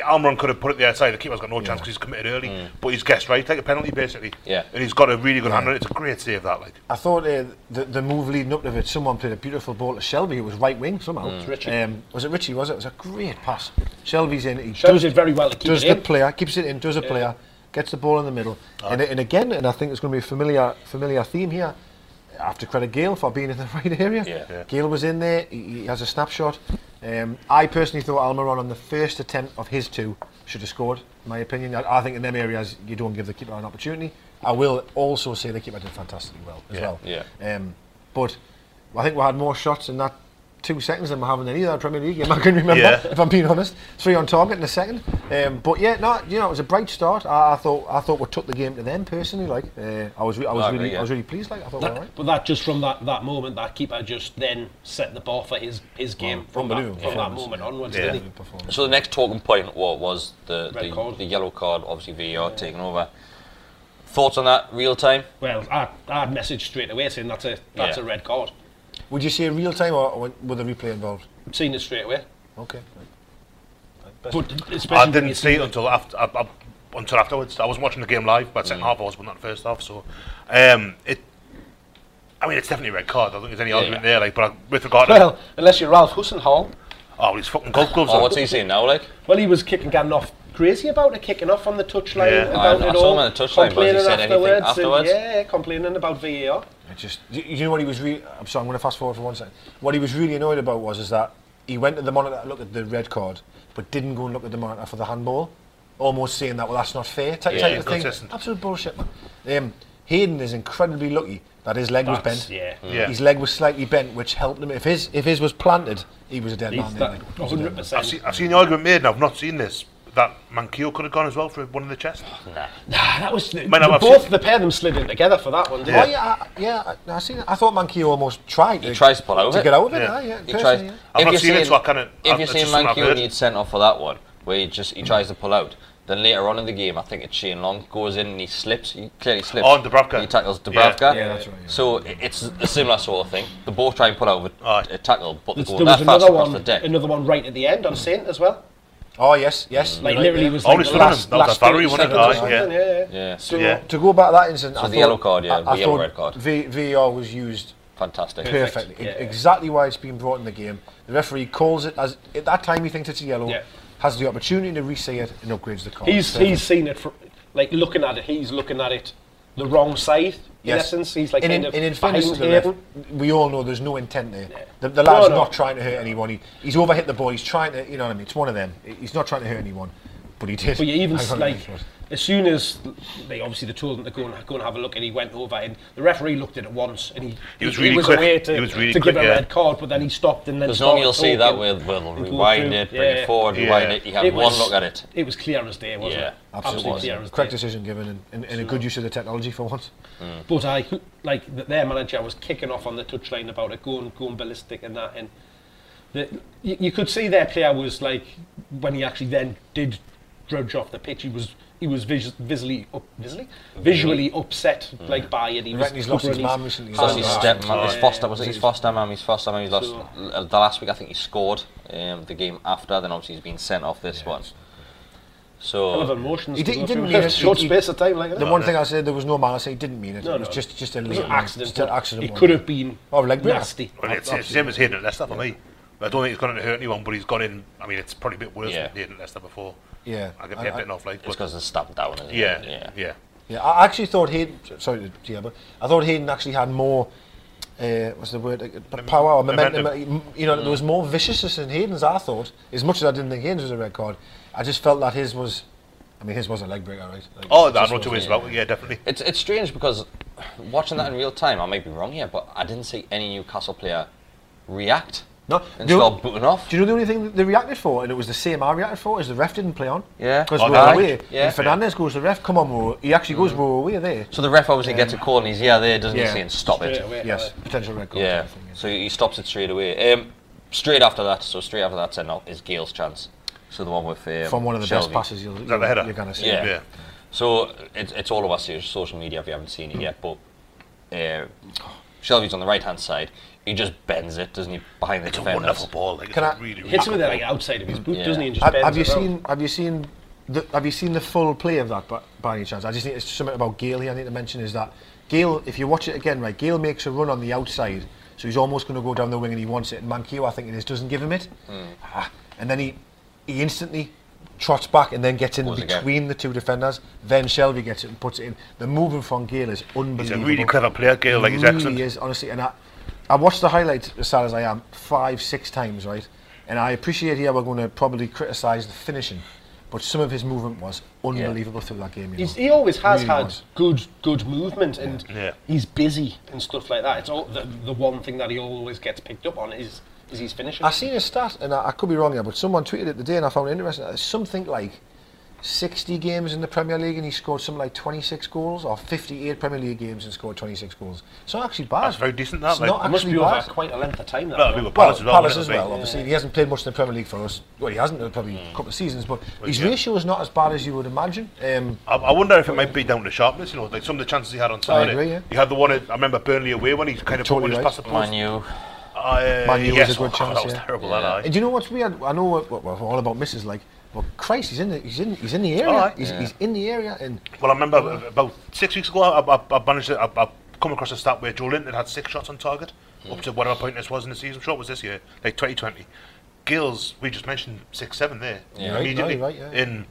S6: Almiron could have put it the outside. The keeper's got no chance because he's committed early, but he's guessed right, like a penalty basically.
S5: Mm. Yeah.
S6: and he's got a really good hand on it. It's a great save that, like.
S7: I thought uh, the, the move leading up to it, someone played a beautiful ball to Shelby, who was right wing somehow.
S4: Mm. Richie.
S7: Um, was it Richie? Was it? It was a great pass. Shelby's in. He
S4: Shows
S7: does-
S4: it very well to keep
S7: does
S4: it
S7: the
S4: in.
S7: player keeps it in does a player gets the ball in the middle and, and again and I think it's going to be a familiar familiar theme here I have to credit Gale for being in the right area
S5: Yeah. Yeah.
S7: Gale was in there he, he has a snapshot um, I personally thought Almiron on the first attempt of his two should have scored in my opinion I, I think in them areas you don't give the keeper an opportunity I will also say the keeper did fantastically well as well
S5: yeah.
S7: um, but I think we had more shots in that two seconds than we have in any other Premier League game I can remember,
S6: Yeah.
S7: if I'm being honest. Three on target in a second. Um, but yeah, no, you know, it was a bright start. I, I thought I thought we took the game to them personally. Like uh, I was, re- I was
S5: I
S7: really,
S5: agree, yeah.
S7: I was really pleased. Like I thought, we were all right.
S4: But that just from that, that moment, that keeper just then set the bar for his, his game from, that,
S7: unbelievable
S4: from that
S7: performance,
S4: moment onwards.
S6: Yeah.
S4: Didn't he?
S7: Good performance.
S5: So the next talking point wa- was the
S4: Red
S5: the,
S4: card.
S5: the yellow card, obviously VAR taking over. Thoughts on that real time?
S4: Well, I, I messaged straight away saying that's a that's
S5: Yeah.
S4: a red card.
S7: Would you say real time or, or with a replay involved?
S4: Seen it straight away.
S7: Okay.
S4: But especially
S6: I
S4: when you
S6: didn't see it until after I, I, until afterwards. I wasn't watching the game live, but second half I was, but not first half. So, um, it. I mean, it's definitely a red card. I don't think there's any argument there. Like, but I, with regard to
S4: Well, unless you're Ralph Hussenhall.
S6: oh, well, he's fucking golf gloves.
S5: Oh,
S6: on.
S5: what's he saying now? Like
S4: Well, he was kicking Gannon off crazy about it, kicking off on the touchline
S6: Yeah.
S4: about
S5: I- I
S4: it
S5: saw
S4: all.
S5: him on the touchline, but has he
S4: complaining
S5: said anything
S4: afterwards, and-
S5: afterwards?
S4: yeah, complaining about VAR.
S7: It just, you, you know what he was. Re- I'm sorry, I'm going to fast forward for one second. What he was really annoyed about was is that he went to the monitor to look at the red card, but didn't go and look at the monitor for the handball. Almost saying that, well, that's not fair. Type,
S5: Yeah,
S7: type of thing.
S6: inconsistent.
S7: Absolute bullshit, man. Um, Hayden is incredibly lucky that his leg was
S4: That's-
S7: bent.
S4: yeah.
S6: Yeah.
S7: His leg was slightly bent, which helped him. If his if his was planted, he was a dead man.
S4: He's
S7: That,
S4: that
S7: like, He was a dead man.
S4: 100%.
S6: I've, seen, I've seen the argument made, and I've not seen this. That Mankio could have gone as well for one in the chest.
S4: Ah, that was the,
S6: Man, I've-
S4: the
S6: I've
S4: both
S6: seen-
S4: the pair of them slid in together for that one. didn't
S7: Oh,
S4: they?
S7: yeah, I, yeah, I, I seen it. I thought Mankey almost tried. He
S5: tries to pull out of
S7: to
S5: it.
S7: get out of it.
S6: Yeah.
S7: aye, yeah,
S5: he tries.
S7: personally, yeah.
S6: I've
S5: if
S6: not
S5: you're
S6: seen it,
S5: saying,
S6: so I can't-
S5: If
S6: I've-
S5: you're
S6: it's
S5: saying
S6: just what I've
S5: Mankio
S6: heard.
S5: needs sent off for that one, where he just he tries to pull out, then later on in the game, I think it's Shane Long goes in and he slips. He clearly slips.
S6: Oh, and Dubravka.
S5: He tackles
S6: Yeah.
S5: Dubravka.
S7: Yeah, that's right, yeah.
S5: So i- it's a similar sort of thing. The both try and pull out of a,
S6: Aye.
S5: a tackle, but they
S4: There's-
S5: go
S4: There
S5: that
S4: was
S5: fast
S4: another
S5: across the
S4: one,
S5: deck.
S4: another one right at the end on Saint as well.
S7: Oh yes, yes.
S4: Like
S7: right
S4: literally
S7: there.
S4: was
S6: Oh,
S4: like
S6: he's
S4: the
S6: still on
S4: last,
S6: him. That was
S4: last
S6: a
S4: 30
S6: Valerie one, I
S4: seconds or
S6: think,
S4: something,
S6: Oh, yeah.
S4: yeah.
S5: Yeah.
S4: So
S6: Yeah.
S7: Oh, To go back to that incident,
S5: So
S7: I
S5: the
S7: thought-
S5: yellow card, yeah, the yellow
S7: thought
S5: red card.
S7: V- VAR was used
S5: Fantastic.
S7: perfectly,
S4: Yeah,
S7: E-
S4: yeah.
S7: exactly why it's been brought in the game. The referee calls it as at that time he thinks it's a yellow,
S4: Yeah.
S7: has the opportunity to re-say it and upgrades the card.
S4: he's
S7: So-
S4: he's seen it from like looking at it. He's looking at it the wrong side. In
S7: Yes.
S4: essence, he's like
S7: And in,
S4: kind of
S7: and in fairness to
S4: behind
S7: the ref,
S4: Hayden.
S7: we all know there's no intent there. The, the
S4: No,
S7: lad's
S4: no.
S7: not trying to hurt anyone. He, he's overhit the ball. He's trying to, you know what I mean? It's one of them. He- He's not trying to hurt anyone. but he did.
S4: But you even
S7: I
S4: like
S7: can't remember what it
S4: as soon as they obviously they told him to go and go and have a look, and he went over, and the referee looked at it once, and he
S6: He was really
S4: was
S6: quick.
S4: away to,
S6: He was really
S4: to
S6: quick,
S4: give a
S6: yeah.
S4: red card, but then he stopped and then.
S5: Because normally you'll
S4: started
S5: see that
S4: talking
S5: where they'll
S4: and go
S5: rewind
S4: through.
S5: it, bring it forward, rewind
S6: Yeah.
S5: it. You have one
S4: was-
S5: look at it.
S4: It was clear as day, wasn't
S5: Yeah,
S4: it?
S7: absolutely
S4: Absolutely
S5: was.
S4: clear as
S7: Correct
S4: day.
S7: decision given and, and, and a good use of the technology for once.
S5: Mm.
S4: But I like th- their manager was kicking off on the touchline about it, going going ballistic and that, and the, you, you could see their player was like when he actually then did drudge off the pitch, he was he was vis- visually up, visually visually upset like by it. He
S7: I
S4: was
S7: reckon he's lost his
S4: covering
S7: mum recently.
S5: He's Mm. lost his
S7: Yeah.
S5: step man.
S4: Oh, Yeah.
S5: His foster was it? His foster mum. His foster mum. He's lost
S4: So-
S5: uh, the last week. I think he scored um, the game after. Then obviously he's been sent off this one.
S4: Hell of
S5: So
S4: emotions.
S7: He
S4: to
S7: did-
S4: go
S7: he didn't
S4: through
S7: mean
S4: a
S7: it.
S4: short
S7: He-
S4: space of time like that.
S7: The one thing I said, there was no malice. He didn't mean it.
S4: No,
S7: it was
S4: no.
S7: just just a
S4: it was an
S7: little
S4: accident.
S7: Just an accident.
S4: It
S7: one.
S4: could have been
S7: Oh, like that.
S4: nasty.
S6: Well, it's, it's him as Hayden at Leicester for me. I don't think it's going to hurt anyone, but he's gone in. I mean, it's probably a bit worse
S5: Yeah.
S6: than Hayden at Leicester before.
S7: Yeah.
S6: I get
S7: I- I-
S6: bitten off like.
S5: it's
S6: but-
S5: because it's stabbed down. Isn't it?
S6: Yeah,
S5: yeah.
S6: yeah, yeah.
S7: Yeah, I actually thought Hayden. Sorry, to- yeah, but I thought Hayden actually had more. Uh, what's the word? Uh, Power or momentum. You know, there was more viciousness in Hayden's. I thought, as much as I didn't think Hayden's was a red card, I just felt that his was. I mean, his was a leg breaker, right? Like,
S6: Oh,
S7: it
S6: that's
S7: just
S6: what two
S7: was-
S6: ways about. it, Yeah, definitely.
S5: It's it's strange because watching that in real time, I might be wrong here, but I didn't see any Newcastle player react
S7: No,
S5: and
S7: do you-
S5: start booting off.
S7: Do you know the only thing that they reacted for, and it was the same I reacted for, is the ref didn't play on.
S5: Yeah.
S7: Because
S5: Oh,
S7: we were
S5: right.
S7: away.
S5: Yeah.
S7: And Fernandez goes to the ref, come on, Ro. He actually goes, Ro, away there.
S5: so the ref obviously gets a call and he's yeah there, doesn't he?
S7: Yeah.
S5: Saying stop it.
S4: Straight away.
S7: Yes, potential red card.
S5: Yeah.
S7: type thing,
S5: So he stops it straight away. Um, straight after that, so straight after that send off is Gale's chance. So the one with um,
S7: From one of the
S5: Shelby.
S7: best passes you'll,
S6: that the header?
S7: you're going to see.
S5: Yeah.
S6: Yeah.
S5: So it's it's all of us here, social media if you haven't seen it yet, but uh, Shelby's on the right hand side. He just bends it, doesn't he, behind the
S6: It's a
S5: defenders?
S6: wonderful ball. Like,
S7: Can
S6: it's
S7: I-
S6: a really, really
S4: Hits him
S6: good
S4: with it
S6: ball.
S4: like outside of his boot,
S5: Yeah.
S4: doesn't he? And just
S7: Have,
S4: bends
S7: have you
S4: it around.
S7: seen? Have you seen? The, have you seen the full play of that by, by any chance? I just think it's something about Gale. Here I need to mention is that Gale. If you watch it again, right, Gale makes a run on the outside, so he's almost going to go down the wing and he wants it. And Manquillo, I think it is, doesn't give him it, Ah, and then he he instantly trots back and then gets in
S5: Pulls again.
S7: between the two defenders. Then Shelby gets it and puts it in. The movement from Gale is unbelievable.
S6: He's a really clever player, Gale. Like, he's
S7: really
S6: excellent.
S7: is honestly, and I, I watched the highlights as sad as I am five, six times, right? And I appreciate here we're going to probably criticise the finishing, but some of his movement was unbelievable through that game. You
S4: He's,
S7: know.
S4: he always has
S7: Really
S4: had
S7: was.
S4: good good movement and
S6: Yeah.
S4: he's busy and stuff like that. It's all the, the one thing that he always gets picked up on is is he's finishing.
S7: I seen a stat, and I, I could be wrong here, but someone tweeted it today, and I found it interesting. There's something like 60 games in the Premier League, and he scored something like 26 goals, or 58 Premier League games and scored 26 goals. It's not actually bad.
S6: That's very decent, that,
S7: It's
S6: like-
S7: not
S4: It must
S7: actually
S4: be over
S7: bad.
S4: quite a length of time. That
S6: No,
S4: though.
S6: we were
S7: Well,
S6: Palace as well.
S7: Palace
S6: wouldn't
S7: as
S6: it be?
S7: well, obviously. He hasn't played much in the Premier League for us. Well, he hasn't, uh, probably a couple of seasons, but his ratio is not as bad as you would imagine. Um,
S6: I, I wonder if it might be down to sharpness, you know, like some of the chances he had on Saturday.
S7: agree, yeah.
S6: He had the one, at, I remember Burnley away when he kind of put
S7: Totally
S6: one just
S7: right.
S6: past the post.
S5: Man U.
S6: Uh,
S7: Man U was
S6: yes.
S7: a good
S6: Oh,
S7: chance,
S6: That was
S7: yeah.
S6: terrible, that eye.
S7: and do you know what's weird? I know what, what, what we're all about misses, like, well, Christ, he's in the, he's in, he's in the area.
S6: All right.
S7: he's, he's in the area, and
S6: Well, I remember uh, about six weeks ago, I, I, I managed to, I, I come across a stat where Joe Linton had six shots on target, up to whatever point this was in the season. I'm sure it was this year, like 2020. Gills, we just mentioned six, seven there.
S7: You're right,
S6: immediately.
S7: no, you're right, yeah.
S6: In,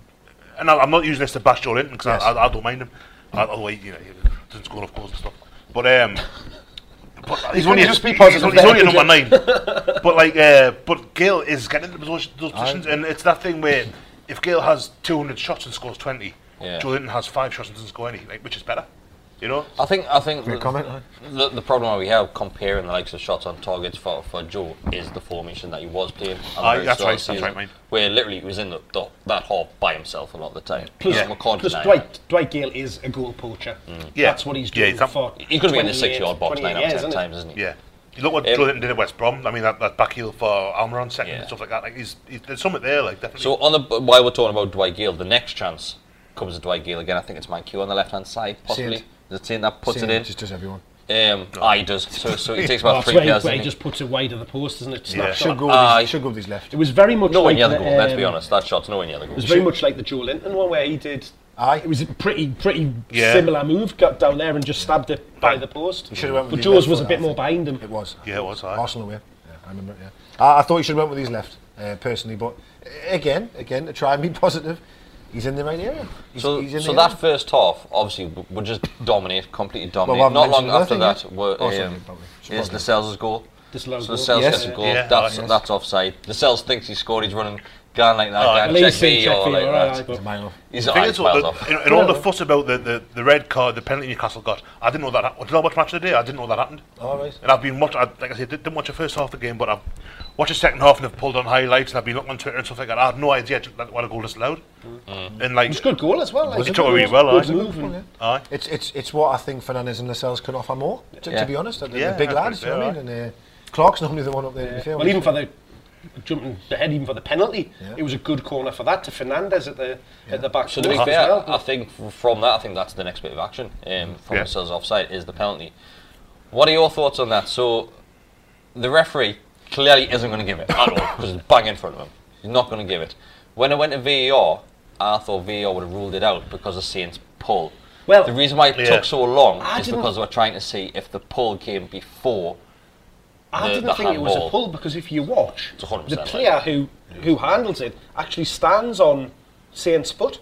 S6: and I, I'm not using this to bash Joe Linton because
S7: Yes.
S6: I, I, I don't mind him. I, although he, you know, he doesn't score enough goals and stuff. But um, but he's only
S4: just be
S6: he's
S4: positive
S6: only- he's
S4: there,
S6: only a
S4: could
S6: number nine. but like, uh, but Gale is getting into those, those positions, and it's that thing where if Gale has 200 shots and scores 20,
S5: Yeah.
S6: Joe Linton has five shots and doesn't score any, like which is better, you know?
S5: I think I think the,
S7: comment, huh?
S5: the, the problem that we have comparing the likes of shots on targets for, for Joe is the formation that he was playing. at the
S6: Aye,
S5: very start of
S6: that's right,
S5: the
S6: that's
S5: season,
S6: right, mate.
S5: Where literally he was in the, the, that hall by himself a lot of the time.
S4: Plus,
S5: yeah. Mm. we can't
S4: plus
S5: deny that.
S4: Dwight, Dwight Gale is a goal poacher.
S6: Yeah.
S4: That's what he's
S6: Yeah,
S4: doing
S6: he's up-
S4: for.
S5: He could be in the
S4: 28
S5: six-yard box
S4: 28
S5: nine out
S4: years,
S5: of ten
S4: isn't
S5: times, isn't he?
S6: Yeah. You look what
S5: Um,
S6: Joe Linton did at West Brom. I mean, that, that back heel for Almiron second
S5: Yeah.
S6: and stuff like that. Like he's, he's there's something there, like definitely.
S5: So on the b- while we're talking about Dwight Gale, the next chance comes to Dwight Gale again. I think it's my cue on the left hand side, possibly.
S7: Saint.
S5: Is it saying that puts
S7: Same,
S5: it in?
S7: just does everyone.
S5: Um, aye, he does. So, so he takes
S4: Well,
S5: about
S4: that's
S5: three
S4: where he,
S5: players.
S4: where he
S5: doesn't he?
S4: just puts it wide of the post, isn't it?
S6: Yeah.
S4: Snapshot.
S7: Should go, with
S5: Aye.
S7: his, should go with his left.
S4: It was very much
S5: Nowhere
S4: like
S5: near the goal. let's
S4: um,
S5: be honest. That shot's nowhere near the goal.
S4: It was very much like the Joe Linton one where he did.
S7: Aye.
S4: It was a pretty pretty
S6: Yeah.
S4: similar move. Got down there and just stabbed it by the post.
S7: He should have went
S4: but
S7: with his
S4: Joe's
S7: left
S4: was a
S7: foot, I
S4: bit more
S7: think.
S4: behind him.
S7: It was.
S6: Yeah, it was, aye.
S7: Arsenal away. Yeah, I remember it, yeah. I, I thought he should have went with his left, uh, personally, but uh, again, again, to try and be positive, he's in the right area. He's,
S5: So,
S7: he's in
S5: so
S7: the
S5: that
S7: area.
S5: first half, obviously, w- would just dominate, completely dominate.
S7: haven't
S5: Not long
S7: mentioned
S5: after
S7: another
S5: that,
S7: thing yet.
S5: were,
S7: Oh, sorry,
S5: um,
S7: probably. Should
S5: is
S7: probably.
S5: the Sells' goal.
S4: This low
S5: So the
S4: goal.
S5: Sells
S7: Yes.
S5: gets a goal.
S6: Yeah,
S5: that's
S6: yes.
S5: that's offside. The Sells thinks he scored. He's running Going like that,
S6: Oh,
S5: guy,
S6: at
S5: check
S4: least
S5: me,
S4: check
S5: or
S4: me,
S5: like
S4: alright,
S5: that.
S4: but-
S7: Mine off.
S5: He's
S6: The
S5: not
S6: thing is,
S5: eyes
S6: though,
S5: miles
S6: that,
S5: off.
S6: in, in all the fuss about the, the, the red card, the penalty Newcastle got, I didn't know that. hap- Did I watch match of the day? I didn't know that happened.
S7: All right.
S6: And I've been watching, like I said, did- didn't watch the first half of the game, but I've watched the second half and I've pulled on highlights and I've been looking on Twitter and stuff like that. I had no idea ju- that what a goal disallowed.
S5: Mm.
S6: And like,
S4: It's a good goal as well. Like,
S6: Was it
S4: good
S6: all really
S4: goal,
S6: well,
S4: Good
S6: aye?
S4: move. and-
S6: aye.
S7: It's it's it's what I think Fernandez and Lascelles can offer more. To,
S5: Yeah.
S7: to be honest, they're, they're
S6: Yeah,
S7: big
S6: that's
S7: lads. You know
S6: fair,
S7: what I mean? And uh, Clark's normally the one up there. to be fair
S4: Well,
S7: with.
S4: even for the jumping ahead, even for the penalty,
S7: Yeah.
S4: it was a good corner for that to Fernandez at the at the back.
S5: So to be
S4: post as
S5: fair,
S4: well.
S5: I think f- from that, I think that's the next bit of action um, from
S6: Yeah.
S5: themselves offside is the penalty. What are your thoughts on that? So the referee clearly isn't going to give it at all because it's bang in front of him. He's not going to give it. When it went to VAR, I thought VAR would have ruled it out because the Saints pull.
S4: Well-
S5: the reason why it
S6: Yeah.
S5: took so long
S4: I
S5: is
S4: didn't-
S5: because they were trying to see if the pull came before.
S4: I
S5: the-
S4: didn't
S5: the
S4: think it was a
S5: handball.
S4: pull because if you watch,
S5: It's 100%
S4: the
S5: like
S4: player who who handles it actually stands on Saint's foot,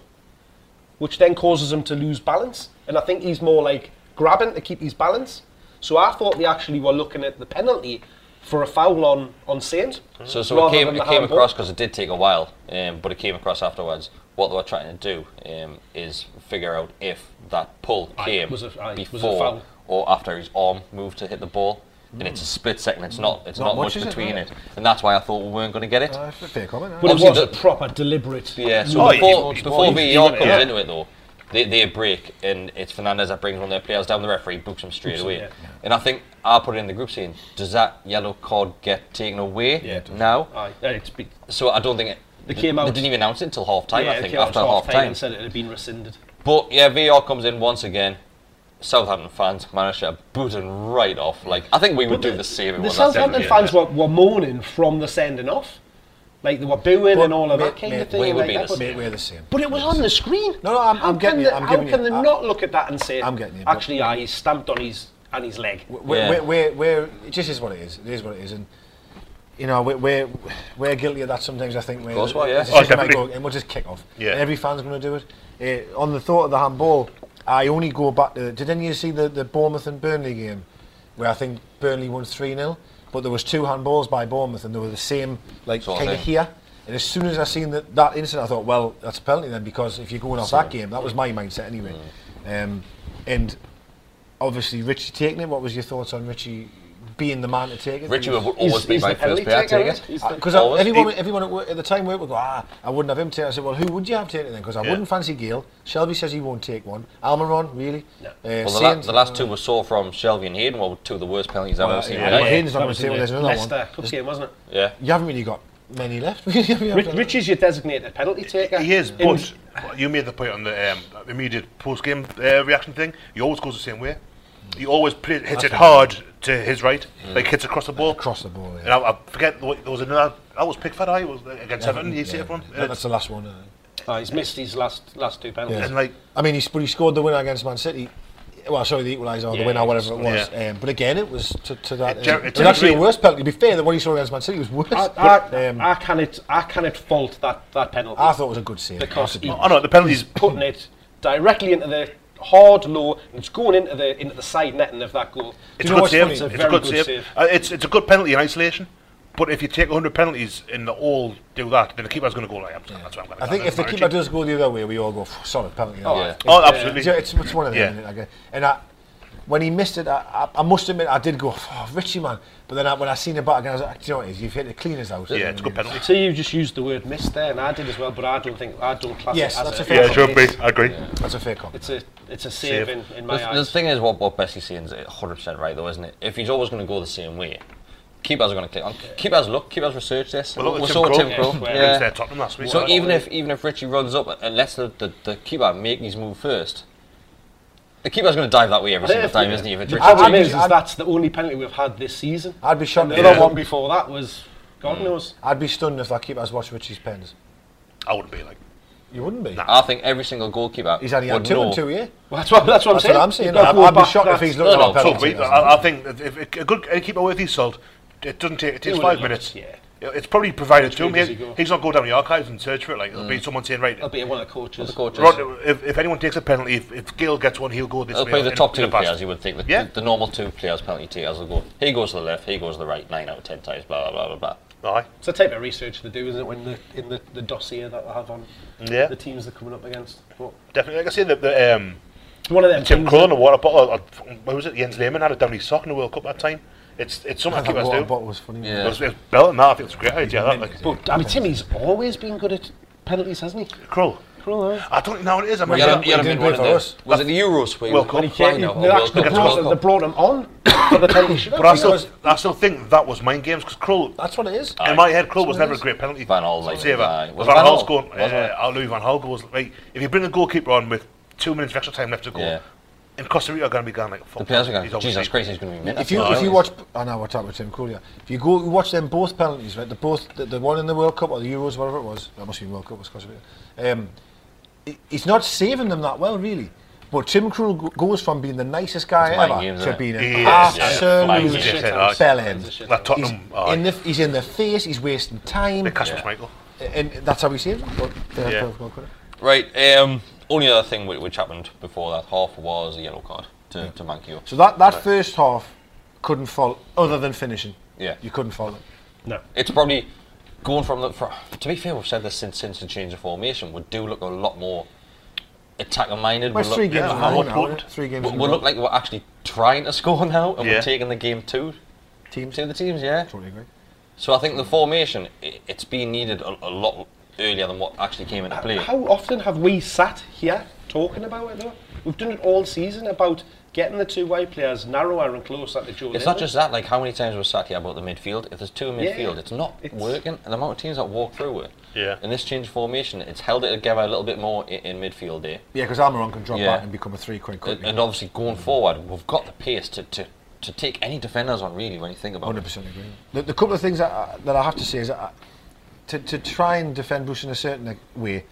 S4: which then causes him to lose balance. And I think he's more like grabbing to keep his balance. So I thought they actually were looking at the penalty for a foul on on Saint.
S5: So, so it
S4: rather
S5: came,
S4: than
S5: it
S4: the
S5: came
S4: handball.
S5: across because it did take a while, um, but it came across afterwards. What they were trying to do um, is figure out if that pull
S4: Aye,
S5: came
S4: was it- aye, was it
S5: before
S4: foul? Hmm.
S5: or after his arm moved to hit the ball. And it's a split second. It's not. It's not,
S7: Not
S5: much,
S7: much, is it?
S5: between
S7: Right.
S5: it, and that's why I thought we weren't going to get it.
S7: Uh, fair comment.
S4: But
S7: Huh?
S4: it was
S5: Obviously
S4: a proper deliberate.
S5: Yeah, so
S6: Oh, he-
S5: before,
S6: he-
S5: before
S6: he- he
S5: VAR
S6: went
S5: comes
S6: in.
S5: into it though, they, they break and it's Fernandez that brings one of their players down. The referee books him straight away.
S4: yeah.
S5: And I think I put it in the group saying, does that yellow card get taken away
S4: Yeah, it does.
S5: now?
S4: Aye, uh, it's be-
S5: So I don't think it.
S4: They came out-
S5: didn't even announce it until half time.
S4: yeah,
S5: I think
S4: came out
S5: after
S4: at
S5: half
S4: half-time
S5: time.
S4: and said it had been rescinded.
S5: But yeah, VAR comes in once again. Southampton fans managed to boot him right off. Like I think we would
S4: But
S5: do the same. if it
S4: The
S5: was that
S4: Southampton
S5: definitely,
S4: fans were, were moaning from the sending off, like they were booing and all of that
S7: mate,
S4: kind of
S7: mate,
S4: thing.
S5: we would
S4: like
S5: be
S4: that,
S5: the
S4: but-
S5: same.
S7: We're the same.
S4: But it was on the screen.
S7: No, no, I'm-
S4: How
S7: I'm getting
S4: can
S7: you,
S4: they-
S7: I'm
S4: how
S7: giving you-
S4: can they
S7: I-
S4: not look at that and say,
S7: I'm getting you, but-
S4: Actually, I he stamped on his and his leg.
S7: We're,
S5: Yeah.
S7: we're, we're, we're, it just is what it is. It is what it is. And, you know, we're, we're, we're guilty of that sometimes, I think. Of
S5: course we are, yeah.
S6: Oh,
S7: might
S6: definitely.
S7: go, and we'll just kick off.
S6: Yeah.
S7: And every fan's going to do it. Uh, on the thought of the handball, I only go back to. Did any of you see the, the Bournemouth and Burnley game where I think Burnley won 3 0? But there was two handballs by Bournemouth and they were the same, like,
S5: Sort of
S7: kind of
S5: thing.
S7: here. And as soon as I seen that, that incident, I thought, well, that's a penalty then, because if you're going off that game, that was my mindset anyway.
S5: Mm.
S7: Um, and obviously Richie taking it. What was your thoughts on Richie being the man to take it?
S5: Richie would
S7: because
S5: always be
S4: he's
S5: my
S4: the penalty
S5: first player.
S4: taker,
S5: Take
S4: isn't
S5: it.
S4: he? He's
S7: uh,
S4: the-
S7: 'cause I-
S5: Always.
S7: everyone, everyone at, work, at the time work would go, ah, I wouldn't have him take. it. I said, well, who would you have taken it then? Because I
S6: Yeah.
S7: wouldn't fancy Gale. Shelby says he won't take one. Almiron, really?
S4: No.
S7: Uh,
S5: Well, the, la-
S7: Sainz-
S5: the last two we saw from Shelby and Hayden were two of the worst penalties I've
S7: Well,
S5: ever seen.
S7: yeah,
S5: in my
S7: yeah.
S5: life.
S7: Hayden's not
S4: That
S7: gonna
S4: was
S7: say,
S4: in
S7: well,
S4: the
S7: there's another one.
S4: Leicester Cup game, wasn't it?
S5: yeah.
S7: uh, You haven't really got many left. really, have you?
S4: Rich, Rich is your designated penalty taker.
S6: He is,
S4: And
S6: but you made the point on the um, immediate post-game uh, reaction thing. He always goes the same way. He always play, hits it hard to his right, like hits across the ball.
S7: Mm. Across the ball, yeah.
S6: And I, I forget what, there was another. I was Pickford. I was uh, against Everton. He saved one.
S7: No,
S6: And
S7: that's
S6: it's-
S7: the last one. uh,
S4: Oh, he's missed his last last two penalties.
S7: yeah.
S6: And like
S7: I mean, he, sp- he scored the winner against Man City. Well, sorry, the equaliser or the winner, whatever it was.
S6: Yeah.
S7: Um, but again, it was to, to that.
S6: It
S7: uh,
S6: gen- it
S7: it was actually
S6: generally-
S7: a worse penalty. To be fair, the one he saw against Man City was worse.
S4: I,
S7: but,
S4: I,
S7: um,
S4: I cannot I cannot fault that that penalty.
S7: I thought it was a good save.
S4: because he,
S6: oh no, the penalties.
S4: putting it directly into the hard low and it's going into the into the side netting of that goal.
S6: It's
S7: you
S6: a
S7: know
S6: good
S7: what's
S4: It's
S7: funny?
S6: save. It's
S4: a
S6: a
S4: very
S6: good save. Uh, It's it's a good penalty in isolation. But if you take 100 penalties and they all do that, then the keeper's going to go like, I'm, that's what I'm going to
S7: I think if the keeper does go the other way, we all go "Phew, solid penalty. that."
S5: yeah.
S6: Oh, absolutely.
S7: It's, it's, it's one of them.
S6: Yeah.
S7: isn't it, I guess. And I, when he missed it, I, I, I must admit I did go, oh, Richie man. But then I, when I seen it back again, I was like, "Do you know what it is? You've hit the cleaners out.
S6: yeah, it's a good penalty.
S4: So you just used the word miss there, and I did as well, but I don't think I don't class
S7: Yes,
S4: it as
S7: that's
S4: a,
S7: a fair Yeah, it
S6: should be. I agree.
S7: That's a fair comment.
S4: It's a it's a save,
S6: Save.
S4: in, in my
S5: The, the
S4: eyes.
S5: thing is, what, what Bessie's saying is 100% right, though, isn't it? If he's always going to go the same way, keepers are going to click on. Keepers look, keepers research this.
S6: Well, look
S5: we
S6: at
S5: saw
S6: Tim
S5: Tim
S6: Crow.
S5: Crow.
S6: Yeah, he was there Tottenham last week.
S5: So
S6: Right.
S5: even if even if Richie runs up, unless the, the, the keeper make his move first, the keeper's going to dive that way every single time, isn't he? If it's
S4: the
S5: Richie,
S4: problem
S7: I'd-
S4: is, is
S7: I'd-
S4: that's the only penalty we've had this season.
S7: I'd be shocked.
S4: The
S7: if-
S4: other one before that was God
S5: Hmm.
S4: knows.
S7: I'd be stunned if that keeper's watched Richie's pens.
S6: I wouldn't be like,
S7: You wouldn't be.
S5: I think every single goalkeeper
S7: He's only had
S5: would
S7: two
S5: know.
S7: and two, yeah.
S4: Well, that's what that's what I'm
S7: That's
S4: saying.
S7: what I'm saying.
S4: You've got to
S7: I'd,
S4: go
S7: I'd be
S4: back,
S7: shocked if
S4: that's-
S7: he's looking
S5: no,
S7: at a
S6: So
S7: penalty.
S6: we, I, I think if, if a good keeper with his salt, it doesn't take it takes
S4: He
S6: five
S4: would have
S6: minutes.
S4: looked,
S6: It's probably provided to him.
S4: way does
S6: He-
S4: he go?
S6: He's not go down the archives and search for it. Like it'll be someone saying, right,
S4: That'll be one of the coaches.
S5: The coaches.
S6: Rod, if, if anyone takes a penalty, if, if Gale gets one, he'll go this
S5: It'll
S6: way.
S5: play
S6: in-
S5: the top
S6: in
S5: two
S6: past.
S5: players, you would think. The,
S6: Yeah.
S5: the normal two players, penalty takers, will go, he goes to the left, he goes to the right, nine out of ten times, blah, blah, blah, blah, blah.
S6: Aye.
S4: It's the type of research they do, isn't it? When the in the, the dossier that they have on
S6: Yeah.
S4: the teams they're coming up against. But
S6: Definitely. Like I say, the, the um,
S4: one of them
S6: Tim
S4: things
S6: Krul in
S4: that-
S6: a water bottle. Or, what was it? Jens Lehmann had it down his sock in the World Cup that time. It's it's something
S7: That
S6: keepers
S7: water
S6: do.
S7: bottle was funny.
S5: Yeah.
S6: It was, it was better than that. I think it's a great idea. That, like,
S4: But I mean, Timmy's always been good at penalties, hasn't he?
S6: Krul.
S4: Krul, eh?
S6: I don't know what it is. I
S5: Well,
S6: mean,
S5: you had, you had
S7: we
S5: him in
S7: didn't
S5: one
S7: play
S5: of
S7: for
S5: those.
S7: us.
S5: Was it the Euros? Where he
S6: World
S5: was
S6: Cup.
S4: He
S5: qualifying
S4: came,
S5: now,
S4: he,
S5: or
S4: they
S5: World
S4: actually
S5: Cup?
S6: Cup.
S4: brought,
S6: World
S4: him- they brought him on for the penalty shootout.
S6: but I still,
S4: because
S6: I still think that was mind games because Krul.
S7: That's what it is.
S6: In my head, Krul was never a great penalty
S5: Van Hal, like,
S6: saver.
S5: aye.
S6: Van
S5: Was Van
S6: Hal's
S5: Hal,
S6: going.
S5: wasn't it?
S6: Uh, oh, Louis Van Hal goes. Like, if you bring a goalkeeper on with two minutes of extra time left to go,
S5: Yeah.
S6: in Costa Rica are going to be going like.
S5: The
S6: fuck,
S5: players are
S6: he's
S5: going,
S6: obviously-
S5: Jesus Christ, he's going to be minutes.
S7: If you
S5: now,
S7: if you
S5: isn't
S7: watch, I know we're talking about Tim Krul here. If you go watch them both penalties, right? The both the, the one in the World Cup or the Euros, whatever it was. That must be World Cup, was Costa Rica. Um, he- he's not saving them that well, really. But Tim Krul go- goes from being the nicest guy
S5: It's mind
S7: ever
S5: games,
S7: to
S5: isn't it?
S7: being
S6: He
S7: an
S6: is, yeah. Mind
S7: absolute
S6: games, yeah.
S7: bellend.
S6: Like
S7: He's
S6: Tottenham. uh, aye.
S7: in the he's in the face. He's wasting time,
S6: The Casper Schmeichel.
S7: and that's how he saves them. But uh, fair
S6: Yeah.
S7: play with goal credit.
S5: Right. Um, only other thing whi- which happened before that half was a yellow card to, to Mankio.
S7: So that that first half couldn't fault other than finishing.
S5: Yeah.
S7: you couldn't fault it.
S4: No.
S5: It's probably going from the. fro- to be fair, we've said this since since the change of formation. We do look a lot more attacker minded. we
S7: Well, it's
S5: look,
S7: three games
S6: yeah,
S7: in
S6: how
S7: a row now.
S6: important.
S7: Three games
S5: we,
S7: in a
S5: we
S7: row.
S5: look like we're actually trying to score now, and
S6: Yeah.
S5: we're taking the game to
S7: teams.
S5: to the teams. Yeah.
S7: Totally agree.
S5: So I think the formation i it's been needed a, a lot earlier than what actually came into play.
S4: How often have we sat here talking about it though? We've done it all season about getting the two wide players narrower and closer to Joe
S5: It's
S4: Linton.
S5: not just that, like how many times we're sat here about the midfield. If there's two in
S4: Yeah.
S5: midfield, it's not
S4: It's-
S5: working. And the amount of teams that walk through it.
S6: Yeah.
S5: In this change of formation, it's held it together a little bit more in, in midfield eh? there.
S7: Yeah, because Almiron can drop
S5: Yeah.
S7: back and become a three quite
S5: And,
S7: quickly.
S5: and obviously going forward, we've got the pace to, to, to take any defenders on really when you think about
S7: Hundred
S5: it.
S7: percent agree. The, the couple of things that I, that I have to say is that I, to to try and defend Bruce in a certain way,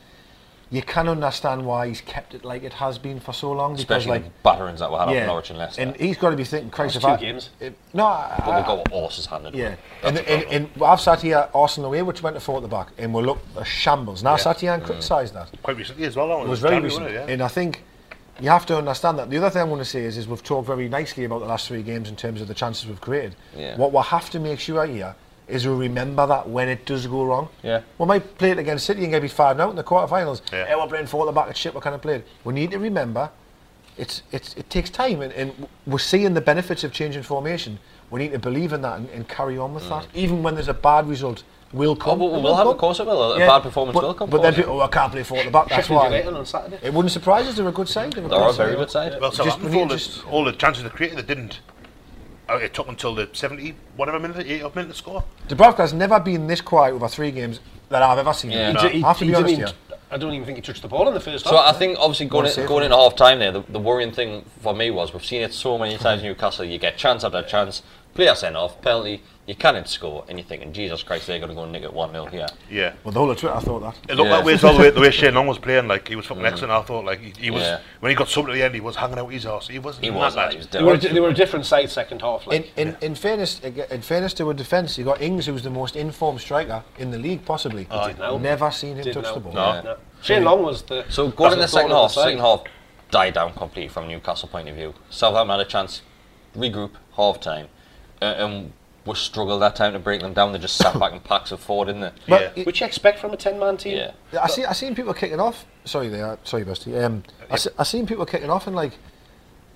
S7: you can understand why he's kept it like it has been for so long. Because
S5: Especially
S7: like
S5: the batterings that we had
S7: yeah,
S5: at Norwich and Leicester.
S7: and he's got to be thinking, Christ,
S4: That's
S7: if I
S4: two games.
S7: if- no, I,
S5: but we've got what horses handed.
S7: Yeah,
S5: That's
S7: and,
S5: the
S7: and,
S5: problem.
S7: and well, I've sat here Arsenal away, which went to four at the back, and we looked a shambles. And I sat here
S5: Mm.
S7: and criticised that.
S6: Quite recently as well. that one.
S7: It was very
S6: Derby,
S7: recent,
S6: wasn't it? Yeah.
S7: and I think you have to understand that. The other thing I want to say is, is we've talked very nicely about the last three games in terms of the chances we've created.
S5: Yeah.
S7: What we have to make sure here is we remember that when it does go wrong.
S5: Yeah.
S7: We might play it against City and get beat five now in the quarterfinals.
S6: Yeah.
S7: Hey, we're playing four at the back and shit. We kind of played. We need to remember. It's, it's, it takes time and, and we're seeing the benefits of changing formation. We need to believe in that and, and carry on with that. Even when there's a bad result, will
S5: Mm. Oh,
S7: come.
S5: we'll,
S7: It
S5: we'll have,
S7: come.
S5: of course it will. A
S7: Yeah,
S5: bad performance
S7: but,
S5: will come.
S7: But then
S5: forward.
S7: people, oh, I can't play four at the back. That's
S4: Sheffield
S7: why.
S4: United on Saturday.
S7: It wouldn't surprise us. They're a good side. They're,
S5: They are a very good side.
S6: Well, so
S7: Just- we
S6: all,
S7: need
S6: the,
S7: just-
S6: all the chances they created, they didn't. Uh, it took until the 70, whatever minute, 80 minute to score.
S7: Dubravka's never been this quiet over three games that I've ever seen.
S5: Yeah.
S7: him.
S5: No.
S4: He d- he-
S7: I have to
S4: he
S7: be honest
S4: didn't
S7: here.
S4: even- I don't even think he touched the ball in the first
S5: So I
S4: half.
S5: think obviously going
S7: save
S5: in, going
S7: him.
S5: into half time there, the, the worrying thing for me was we've seen it so many times in Newcastle. You get chance after chance, player sent off, penalty, you can't score, and you're thinking, Jesus Christ, they're going to go and nick it one 0 here.
S6: Yeah.
S7: Well, the whole of Twitter thought that.
S6: It looked
S5: Yeah.
S6: that way as well, the way, the way Shane Long was playing. Like, he was fucking excellent. I thought, like, he, he was,
S5: Yeah.
S6: when he got subbed at the end, he was hanging out his arse. He wasn't.
S5: He
S6: that
S5: was,
S6: bad.
S5: he was
S4: They were, a
S5: dead.
S4: di- they were a different side second half.
S7: In,
S4: Like.
S7: in, in fairness, ag- in fairness to a defence, you got Ings, who's the most informed striker in the league, possibly.
S5: Oh,
S4: did now.
S7: Never seen him
S4: Did
S7: touch
S4: now.
S7: the ball.
S5: No.
S4: No. Shane Long was the.
S5: So going in the
S4: that's
S5: second
S4: goal
S5: half,
S4: of the side.
S5: second half died down completely from Newcastle point of view. Southampton had a chance, regroup, half time, uh, and we struggled that time to break them down. They just sat back in packs of four, didn't they?
S7: But
S6: Yeah.
S7: it-
S4: Which you expect from a 10 man team.
S5: Yeah.
S7: I see. I seen people kicking off. Sorry, there. Sorry, Busty. Um, I, see, I seen people kicking off and like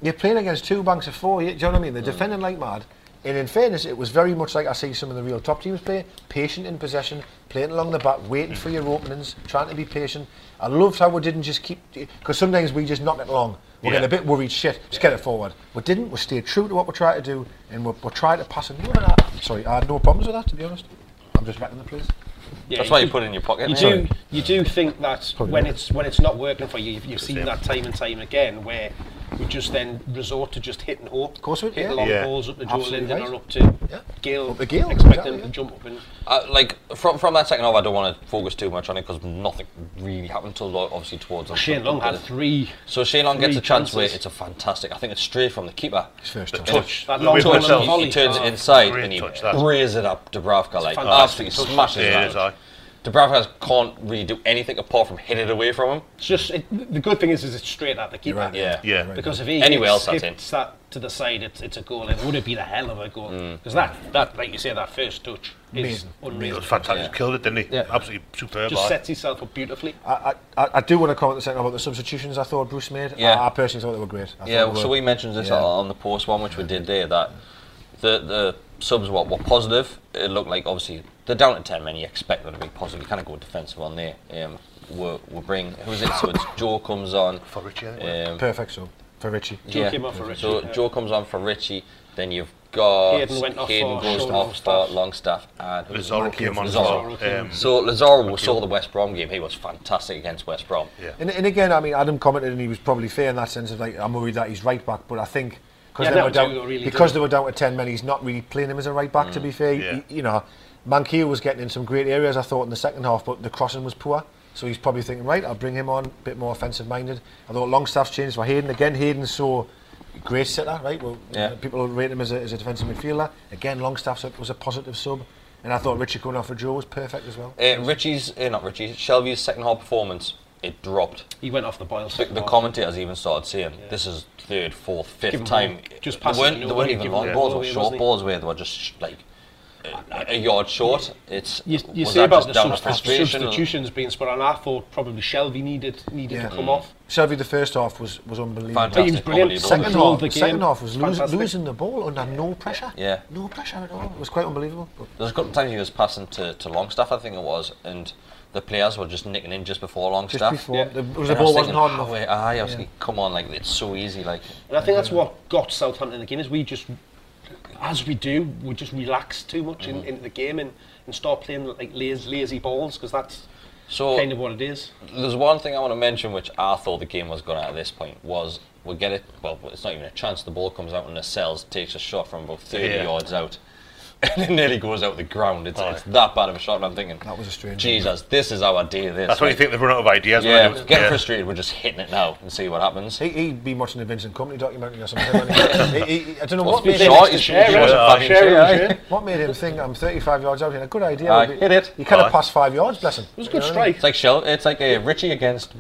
S7: you're playing against two banks of four. You, do you know what I mean? They're defending like mad. And in fairness, it was very much like I see some of the real top teams play: patient in possession, playing along the back, waiting for your openings, trying to be patient. I loved how we didn't just keep because sometimes we just knock it long. We're
S6: Yeah.
S7: getting a bit worried. Shit, just get it forward. We didn't. We stayed true to what we're trying to do, and we're, we're trying to pass it. You know, and I- Sorry, I had no problems with that. To be honest, I'm just wrecking the place.
S4: Yeah,
S5: That's why you
S4: do-
S5: put it in your pocket.
S4: You
S5: mate.
S4: do, you do think that
S7: Probably
S4: when
S7: not.
S4: it's when it's not working for you, you've, you've seen
S6: same.
S4: that time and time again where we just then resort to just hitting hope. Of
S7: course we do,
S4: hitting
S7: yeah.
S4: long
S6: Yeah.
S4: balls up to Joe
S7: Absolutely
S4: Linden
S7: right.
S4: or up to
S7: Yeah.
S4: Gill,
S7: Up to Gill,
S4: expecting
S7: exactly,
S4: him
S7: yeah.
S4: to jump up and
S5: Uh, like from from that second half, I don't want to focus too much on it because nothing really happened until like, obviously towards. the-
S4: Shane Long had three.
S5: So Shane Long gets
S4: three
S5: a chance where
S4: chances.
S5: it's a fantastic. I think it's straight from the keeper.
S7: first
S5: The
S7: touch.
S5: touch.
S4: That
S5: That
S4: long
S5: long touch.
S6: touch.
S4: Oh,
S5: He, he turns it inside
S6: Great
S5: and he
S6: touch, that.
S5: brays it up. Dubravka like
S4: fantastic
S5: absolutely
S4: touch.
S5: smashes
S6: Yeah, it
S5: it.
S6: is, aye.
S5: out. Dubravka can't really do anything apart from hit it away from him.
S4: It's just it, the good thing is, is it's straight at the keeper.
S7: right.
S5: Yeah.
S6: Yeah.
S4: Because if he
S5: Anywhere
S4: hits,
S5: else that's
S4: hits that to the side, it's, it's a goal. It would have been a hell of a goal
S5: Mm.
S4: because that, that like you say, that first touch is
S7: Amazing.
S6: He
S4: unreal.
S6: was fantastic. Killed it, didn't he?
S4: Yeah.
S6: Absolutely superb.
S4: Just
S6: aye.
S4: sets himself up beautifully.
S7: I, I, I do want to comment a second about the substitutions I thought Bruce made.
S5: Yeah.
S7: I, I personally thought they were great. I
S5: Yeah,
S7: thought they
S5: so
S7: were-
S5: we mentioned this
S7: yeah.
S5: on the post one, which we did there, that the the subs were, were positive. It looked like, obviously, they're down at 10 men, you expect them to be positive. You kind of go defensive on there. Um, we'll, we'll bring, who's it? So it's Joe comes on.
S6: For Richie, I think.
S5: Um,
S7: Perfect, so for Richie.
S4: Joe came on for Richie,
S5: So
S4: yeah.
S5: Joe comes on for Richie. Then you've got
S4: Hayden went off
S5: Hayden
S4: for
S5: goes
S4: Sean
S5: off for
S4: Longstaff.
S5: Longstaff and who was it?
S6: Lazaro came on. as
S5: Lazaro.
S6: well.
S4: Lazaro
S6: Um,
S5: So Lazaro we saw the West Brom game. He was fantastic against West Brom.
S6: Yeah.
S7: And, and again, I mean, Adam commented, and he was probably fair in that sense of like, I'm worried that he's right back, but I think because
S4: Yeah,
S7: they
S4: that
S7: were
S4: would
S7: down
S4: do, really
S7: because
S4: do.
S7: they were down to ten men, he's not really playing him as a right back.
S5: Mm.
S7: To be fair, He-
S6: Yeah.
S7: you know, Mankia was getting in some great areas, I thought, in the second half, but the crossing was poor. So he's probably thinking, right, I'll bring him on, a bit more offensive minded. I thought Longstaff's changed for Hayden again. Hayden so great sitter, right? Well,
S5: Yeah.
S7: people rate him as a, as a defensive midfielder. Again, Longstaff was a positive sub, and I thought Richie going off for Joe was perfect as well.
S5: Uh, Richie's, uh, not Richie's, Shelby's second half performance, it dropped.
S4: He went off the boil.
S5: The, the commentators even started saying this is third, fourth, fifth
S4: Give 'em
S5: time.
S4: ball. Just
S5: they
S4: pass it
S5: weren't,
S4: to
S5: they weren't
S4: nobody,
S5: even
S4: give 'em
S5: long
S4: the
S5: balls
S4: ball
S5: or
S4: away,
S5: short
S4: wasn't it?
S5: balls where they were just sh- like a, a yard short. It's
S4: You, you
S5: was
S4: say
S5: that
S4: about
S5: just
S4: the
S5: down to
S4: subst-
S5: frustration?
S4: substitutions being spot on. I thought probably Shelby needed needed
S7: Yeah.
S4: to come off.
S7: Shelby, the first half was, was unbelievable.
S5: Mm. Fantastic.
S4: But he was brilliant.
S5: Unbelievable.
S7: Second
S4: Controlled
S7: half,
S4: the game.
S7: second half was losing,
S4: Fantastic.
S7: losing the ball under no pressure.
S5: Yeah.
S7: No pressure at all. It was quite unbelievable. But
S5: There's a couple of times he was passing to, to Longstaff, I think it was, and the players were just nicking in just before
S7: just
S5: Longstaff.
S7: before,
S4: Yeah.
S7: the, it
S5: And
S7: was the
S5: I
S7: ball wasn't
S5: thinking,
S7: hard
S5: "Ah,
S7: enough.
S5: wait, aye, I was
S7: Yeah.
S5: thinking, come on, like it's so easy, like
S4: And I think that's what got Southampton in the game is we just, as we do, we just relax too much
S6: Mm-hmm.
S4: in, in the game and, and start playing like lazy, lazy balls because that's
S5: so.
S4: kind of what it is.
S5: there's one thing I want to mention which I thought the game was gone at this point was we get it. Well, it's not even a chance. The ball comes out and the cells takes a shot from about 30
S6: Yeah.
S5: yards out. And it nearly goes out the ground. It's, it's that bad of a shot. And I'm thinking,
S7: That was a strange one.
S5: Jesus, this is our day. This.
S6: That's when you think they've run out of ideas. when
S5: Yeah,
S6: they do it.
S5: getting
S6: Yeah.
S5: frustrated. We're just hitting it now and see what happens.
S7: He, he'd been watching the Vincent Company documentary or something. hadn't he? he, he, I don't know what made,
S5: Speaking of- he
S7: him,
S5: wasn't
S6: yeah,
S5: fucking
S4: share it,
S5: sure.
S4: share it.
S7: what made him think I'm 35 yards out here? A good idea.
S5: Aye,
S7: would be-
S5: hit it.
S7: He kind
S6: Aye.
S7: of passed five yards, bless him.
S4: It was a good
S7: You know what I mean?
S4: strike.
S5: It's like Shell. It's like uh, Richie against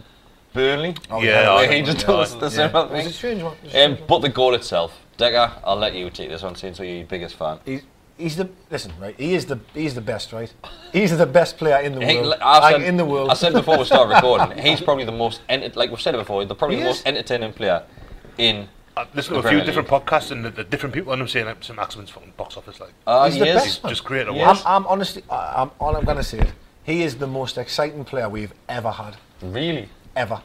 S5: Burnley.
S7: Oh,
S6: Yeah,
S7: that
S6: aye.
S7: was
S5: Where he
S7: a-
S5: just
S7: yeah,
S5: does the
S7: yeah.
S5: same
S7: It was a
S5: thing.
S7: strange one. It was a
S5: Um,
S7: strange one.
S5: but the goal itself, Decker. I'll let you take this one since you're your biggest fan.
S7: He's, he's the listen right. He is the he's the best right. He's the best player in the
S5: He-
S7: world.
S5: like, I've
S7: Like,
S5: said-
S7: in the world.
S5: I said before we started recording, he's probably the most, enter- like we've said it before, the probably
S7: He
S5: the most
S7: is.
S5: entertaining player in.
S6: I listened
S5: the
S6: to a few
S5: Premier
S6: different
S5: League.
S6: podcasts and the, the different people, and I'm saying like, St Maximin's fucking box office. Like,
S5: Ah,
S7: He's
S5: he
S7: the
S5: is.
S7: best.
S6: just great at
S5: He
S6: work.
S5: is.
S7: I'm, I'm honestly, I- I'm, all I'm going to say is, he is the most exciting player we've ever had,
S5: Really?
S7: ever,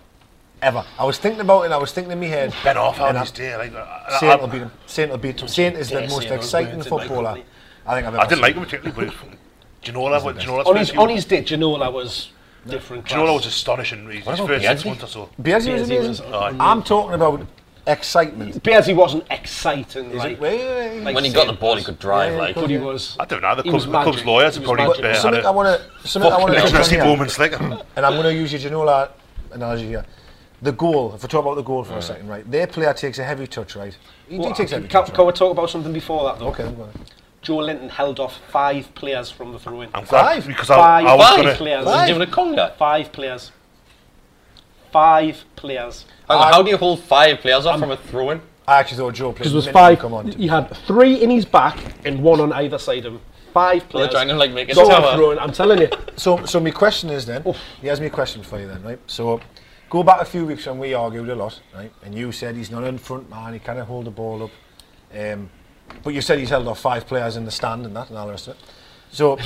S7: ever. I was thinking about it. I was thinking in my head.
S6: Ben off on
S7: and I-
S6: his day. Like, I, I,
S7: Saint
S6: I,
S7: will beat him. Saint will beat him. Saint is the
S4: dare
S7: most
S4: say those
S7: exciting
S4: words in my
S7: footballer
S4: company.
S7: I think I've ever.
S6: I didn't
S7: seen.
S6: like him particularly, but he was fucking. Ginola, what, Ginola's
S4: On his,
S6: first few-
S4: on his day, Ginola was different.
S6: Ginola
S4: class.
S6: was astonishing. His
S5: What
S6: his
S5: about
S6: first six
S5: Piazzi?
S6: months or so.
S7: Beasley was
S4: Beasley was
S7: amazing.
S4: unreal.
S7: I'm talking about excitement.
S4: Bearsy wasn't exciting.
S7: Is
S4: like,
S7: it? Wait, wait, wait.
S4: like
S5: When he
S4: Saint
S5: got the ball, he
S4: was.
S5: could drive.
S7: Yeah,
S5: like
S4: But he was.
S6: I don't know. The
S4: he
S6: club's,
S4: was magic.
S6: club's lawyers
S4: He
S6: have
S4: was
S6: probably
S4: magic.
S6: uh, had
S7: something I
S6: a
S7: want to. Something I want
S6: fucking
S7: to.
S6: nasty moments. Like,
S7: and I'm going to use your Ginola analogy here. The goal, if we talk about the goal for a second, right? Their player takes a heavy touch, right? He, he
S4: Well,
S7: takes a heavy
S4: can,
S7: touch.
S4: can
S7: Right?
S4: we talk about something before that though?
S7: Okay, I'm going.
S4: Joe Linton held off five players from the throw-in.
S6: I'm glad
S7: Five.
S6: because I,
S4: Five,
S6: I was
S4: five
S6: going to.
S4: players.
S5: This is Jim Conga.
S4: Five players. Five players.
S5: How, how do you hold five players off from a throw-in?
S7: I actually thought Joe played.
S4: Because was
S7: minimum,
S4: five.
S7: Come on, to
S4: you had three in his back and one on either side of him. Five
S5: They're
S4: players.
S5: trying to like make a
S4: Go on,
S5: tower.
S4: Rowan, I'm telling you.
S7: So, so my question is then.
S4: Oof.
S7: Here's my question for you then, right? So, go back a few weeks when we argued a lot, right? And you said he's not in front man. He can't hold the ball up. Um, but you said he's held off five players in the stand and that and all the rest of it. So,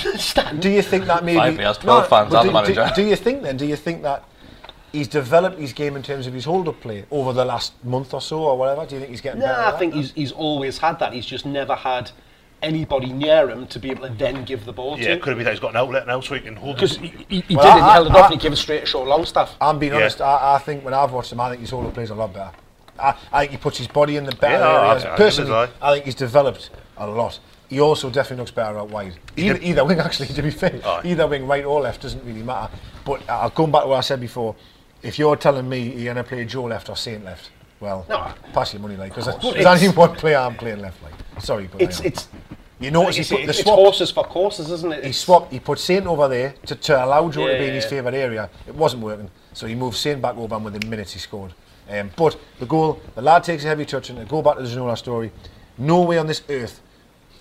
S7: do you think that maybe
S5: Five players, 12 fans, and
S7: but
S5: the
S7: do, do-
S5: manager.
S7: do you think then? Do you think that he's developed his game in terms of his hold-up play over the last month or so or whatever? Do you think he's getting better?
S4: Nah,
S7: at
S4: I think he's, he's always had that. He's just never had anybody near him to be able to then give the ball
S6: Yeah,
S4: to.
S6: it could have been that he's got an outlet now, so he can hold.
S4: Because
S6: it.
S4: he, he, he
S7: Well,
S4: did it, he
S7: I-
S4: held it off,
S7: I-
S4: and he gave it straight to short long stuff.
S7: I'm being
S6: Yeah.
S7: honest. I, I think when I've watched him, I think his solo plays a lot better. I, I think he puts his body in the better
S6: Yeah, I-
S7: areas.
S6: I- I
S7: Personally,
S6: agree
S7: I,
S6: with
S7: think he's developed a lot. He also definitely looks better out wide. Either,
S6: did-
S7: either wing, actually, to be fair,
S4: Oh.
S6: Aye.
S7: either wing, right or left, doesn't really matter. But uh, going back to what I said before, if you're telling me you're going to play Joe left or Saint left, well,
S4: No.
S7: pass your money, like, because
S4: course.
S7: there's only one player I'm playing left, like. Sorry, but I
S4: It's
S7: am.
S4: it's
S7: You notice
S4: It's,
S7: he put the
S4: it's
S7: swap.
S4: horses for courses, isn't it?
S7: He
S4: It's-
S7: swapped. He put Saint over there to, to allow Joe to be in
S4: Yeah.
S7: his favourite area. It wasn't working, so he moved Saint back over, and within minutes he scored. Um, but the goal, the lad takes a heavy touch, and to go back to the Ginola story, no way on this earth,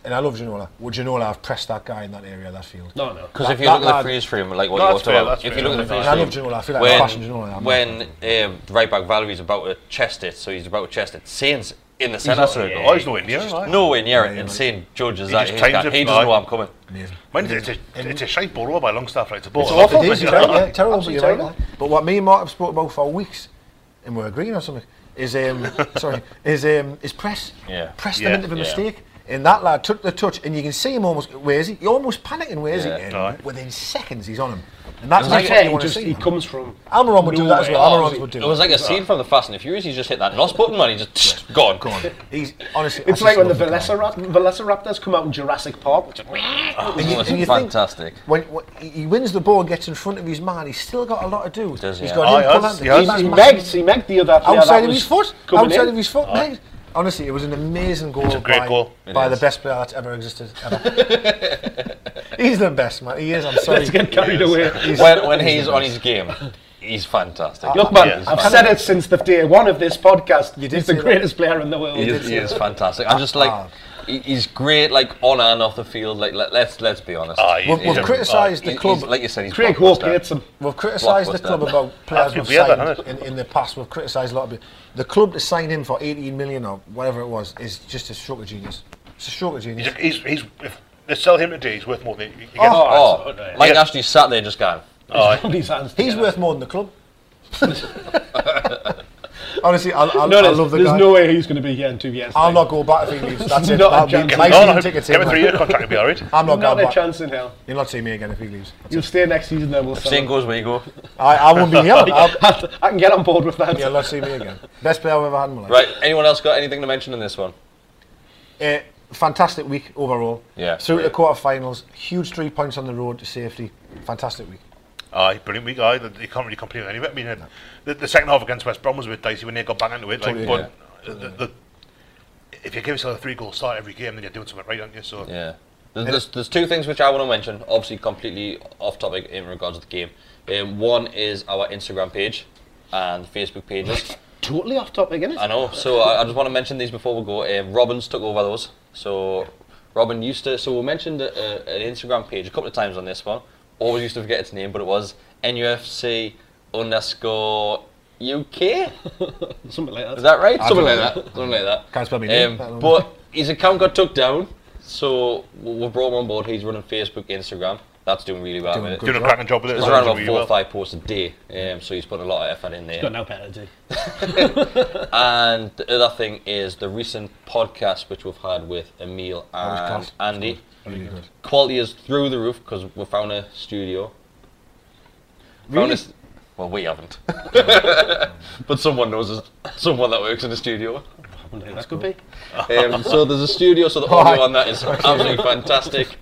S7: and I love Ginola, would Ginola have pressed that guy in that area, that field?
S4: no, no.
S5: Because if
S7: That-
S5: you look
S7: that
S5: at the
S7: lad-
S5: freeze frame, like what
S6: No,
S5: you
S6: that's
S5: talked
S6: fair,
S5: about,
S6: that's
S5: if you
S6: fair.
S5: look at the
S6: I
S5: freeze
S7: love
S5: frame,
S7: Ginola, I feel like I'm bashing Ginola now, I'm
S5: when, when um, right back Valerie's about to chest it, so he's about to chest it, Saints in the centre
S6: not-
S5: circle.
S6: yeah, he's nowhere near it, right?
S5: Oh, nowhere near it,
S7: Yeah,
S5: and
S7: yeah.
S5: Saint judges
S6: He
S5: that.
S6: just
S5: He's
S6: times
S5: got-
S6: it
S5: He doesn't know
S6: right.
S5: I'm coming.
S7: Amazing.
S6: Mind you, it's a, it's a shite ball by Longstaff, right? It's a ball.
S7: It's awful.
S6: But
S7: It is,
S6: you're
S7: you're right,
S6: right.
S7: yeah, terrible, but
S4: Absolutely
S7: you're right.
S4: terrible.
S7: But what me and Mark have spoke about for weeks, and we're agreeing on something, is um, sorry, is um, is press.
S5: Yeah.
S7: Press
S6: Yeah,
S7: them into the
S5: yeah.
S7: mistake. And that lad took the touch, and you can see him almost. Where is he? He almost panicking. Where is
S5: Yeah.
S7: he? And
S6: Alright.
S7: Within seconds, he's on him. And that's
S5: It's
S7: not
S5: like
S7: what
S4: Yeah,
S7: you
S4: he
S7: want to
S4: just he
S7: see.
S4: comes from.
S7: Almiron would do that as well.
S4: nowhere.
S7: Almiron would do
S5: oh, It was like a scene from the Fast and the Furious. He just hit that NOS button, man. He just gone.
S7: Go on. He's honestly. I
S4: It's
S7: just
S4: like when the
S7: love guy.
S4: Velocirap- Velociraptors come out in Jurassic Park. It's like,
S7: And you-
S5: It was
S7: and you think-
S5: fantastic.
S7: When, when he- he wins the ball, gets in front of his man, he's still got a lot to do. He's
S5: does, yeah.
S7: got
S6: Oh,
S7: him,
S6: he has,
S7: Polante,
S6: he has.
S7: he's
S4: he
S7: massive.
S4: megged, he megged the other player
S7: outside
S4: that
S7: of
S4: was
S7: his foot.
S4: coming
S7: Outside
S4: in.
S7: of his foot. mate. Honestly, it was an amazing goal.
S6: a great
S7: by,
S6: goal.
S5: It
S7: by the
S5: is.
S7: best player that's ever existed. Ever. He's the best man. He is. I'm sorry.
S4: Let's get carried away.
S7: He's-
S5: When, when he's on his game, he's fantastic.
S4: Look, man,
S6: Yeah, it's
S4: I've
S6: fine.
S4: said it since the day one of this podcast.
S7: You did
S4: He's the
S7: say that.
S4: greatest player in the world.
S5: He is, he is fantastic. I'm just like,
S7: Ah.
S5: he- he's great, like on and off the field. Like let, let's let's be honest.
S6: Ah, he-
S7: We've,
S6: he's
S7: we've
S6: a-
S7: criticised
S5: He-
S7: the
S5: he's-
S7: club.
S5: like you said, he's
S4: Craig Hope
S5: blockbuster.
S4: hates him.
S7: We've criticised the
S5: Blockbuster.
S7: club about players
S6: Actually,
S7: we've
S6: we had that,
S7: signed
S6: hadn't
S7: in, in the past. We've criticised a lot of it. The club to sign in for 18 million or whatever it was is just a stroke of genius. It's a stroke of genius.
S6: He's, he's, he's, if they sell him today, he's worth more than he gets.
S5: Oh,
S4: absolutely.
S5: Mike
S6: Yeah.
S5: Ashley sat there just going.
S6: Aye.
S4: Somebody's hands
S7: He's
S4: together.
S7: worth more than the club. Honestly, I, I,
S4: No,
S7: I
S4: there's,
S7: love the
S4: there's
S7: guy.
S4: no way he's going to be here in two years.
S7: I'll
S4: time.
S7: not go back if he leaves. That's it.
S4: Not a
S7: That'll be
S4: chance.
S7: my
S6: No,
S7: season eh?
S6: no,
S7: ticket
S6: give him a
S7: taken.
S6: three-year contract, he'll be all right.
S7: I'm
S4: Not
S7: not, going
S4: a
S7: back.
S4: chance in hell.
S7: You'll not see me again if he leaves.
S4: You'll stay next season, then we'll sell
S5: Same
S4: him.
S5: goes where you go.
S7: I, I won't be here. I'll,
S4: I can get on board with that.
S7: you'll not see me again. Best player I've ever had in my life.
S5: Right. Anyone else got anything to mention in this one?
S7: Uh, fantastic week overall.
S5: Yeah,
S7: Through to the
S5: brilliant.
S7: quarterfinals, huge three points on the road to safety. Fantastic week.
S6: Aye, brilliant week. Aye, they can't really complain anyway. I mean, uh, the, the second half against West Brom was a bit dicey when they got back into it. Like,
S7: Totally,
S6: but uh, the, the, if you give yourself a three-goal start every game, then you're doing something right, aren't you? So
S5: Yeah. There's, there's, there's two things which I want to mention, obviously completely off topic in regards to the game. Um, one is our Instagram page and Facebook pages.
S4: Totally off topic, isn't
S5: I
S4: it?
S5: know, so I, I just want to mention these before we go. Um, Robin's took over those. So Robin used to, so we mentioned uh, uh, an Instagram page a couple of times on this one. Always used to forget its name, but it was NUFC underscore UK.
S4: Something like that.
S5: Is that right? Something like
S7: don't know.
S5: that. Something like that.
S7: Can't spell my name.
S5: Um, but his account got took down, so we we brought him on board. He's running Facebook, Instagram. That's doing really well.
S7: Doing
S5: with it.
S7: good.
S6: doing a cracking job with it.
S5: There's
S6: so
S5: around
S6: it's
S5: about
S6: really
S5: four or
S6: well.
S5: five posts a day, um, so he's putting a lot of effort in
S4: Got
S5: there.
S4: no penalty.
S5: And the other thing is the recent podcast which we've had with Emil
S7: was
S5: and
S7: Oh, class.
S5: Andy.
S7: Really good.
S5: Quality is through the roof because we found a studio. Found
S7: Really?
S5: a s- well, we haven't, but someone knows us. Someone that works in the studio.
S4: I wonder who that could be.
S5: Um, so there's a studio, so the
S7: Right.
S5: audio on that is absolutely fantastic.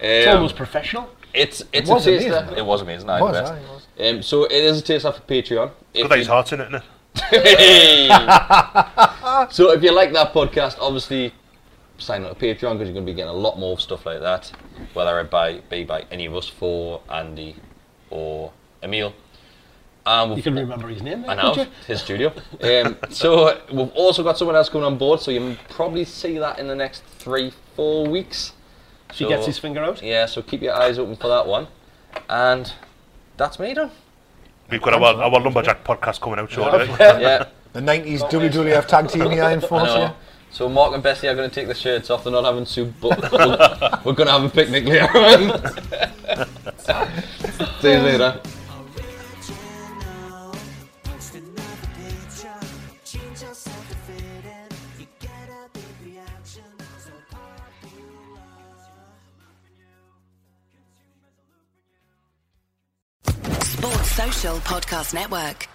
S4: It's
S5: Um,
S4: almost professional.
S5: it's it's
S7: was
S5: a taste.
S7: amazing.
S5: It was amazing. I
S7: It was,
S5: the best.
S7: aye, it was.
S5: Um, so it is a taste for Patreon. If
S6: Good that
S5: you-
S6: his heart's in it, isn't it?
S5: Hey! so if you like that podcast, obviously sign up to Patreon because you're going to be getting a lot more stuff like that, whether it by, be by any of us four, Andy, or Emil. Um,
S4: You can remember his name.
S5: I
S4: there,
S5: know,
S4: could you?
S5: his studio. Um, so we've also got someone else coming on board, so you'll probably see that in the next three, four weeks.
S4: She
S5: So-
S4: gets his finger out.
S5: Yeah, so keep your eyes open for that one. And that's me done.
S6: We've got our, our Lumberjack podcast coming out shortly.
S5: Yeah.
S7: The 90s WWF tag team here in force.
S5: No.
S7: Yeah.
S5: So Mark and Bessie are going to take the shirts off. They're not having soup, but we're, we're going to have a picnic later on. See you later.
S8: You get a big reaction, so part you
S1: Sports Social Podcast Network.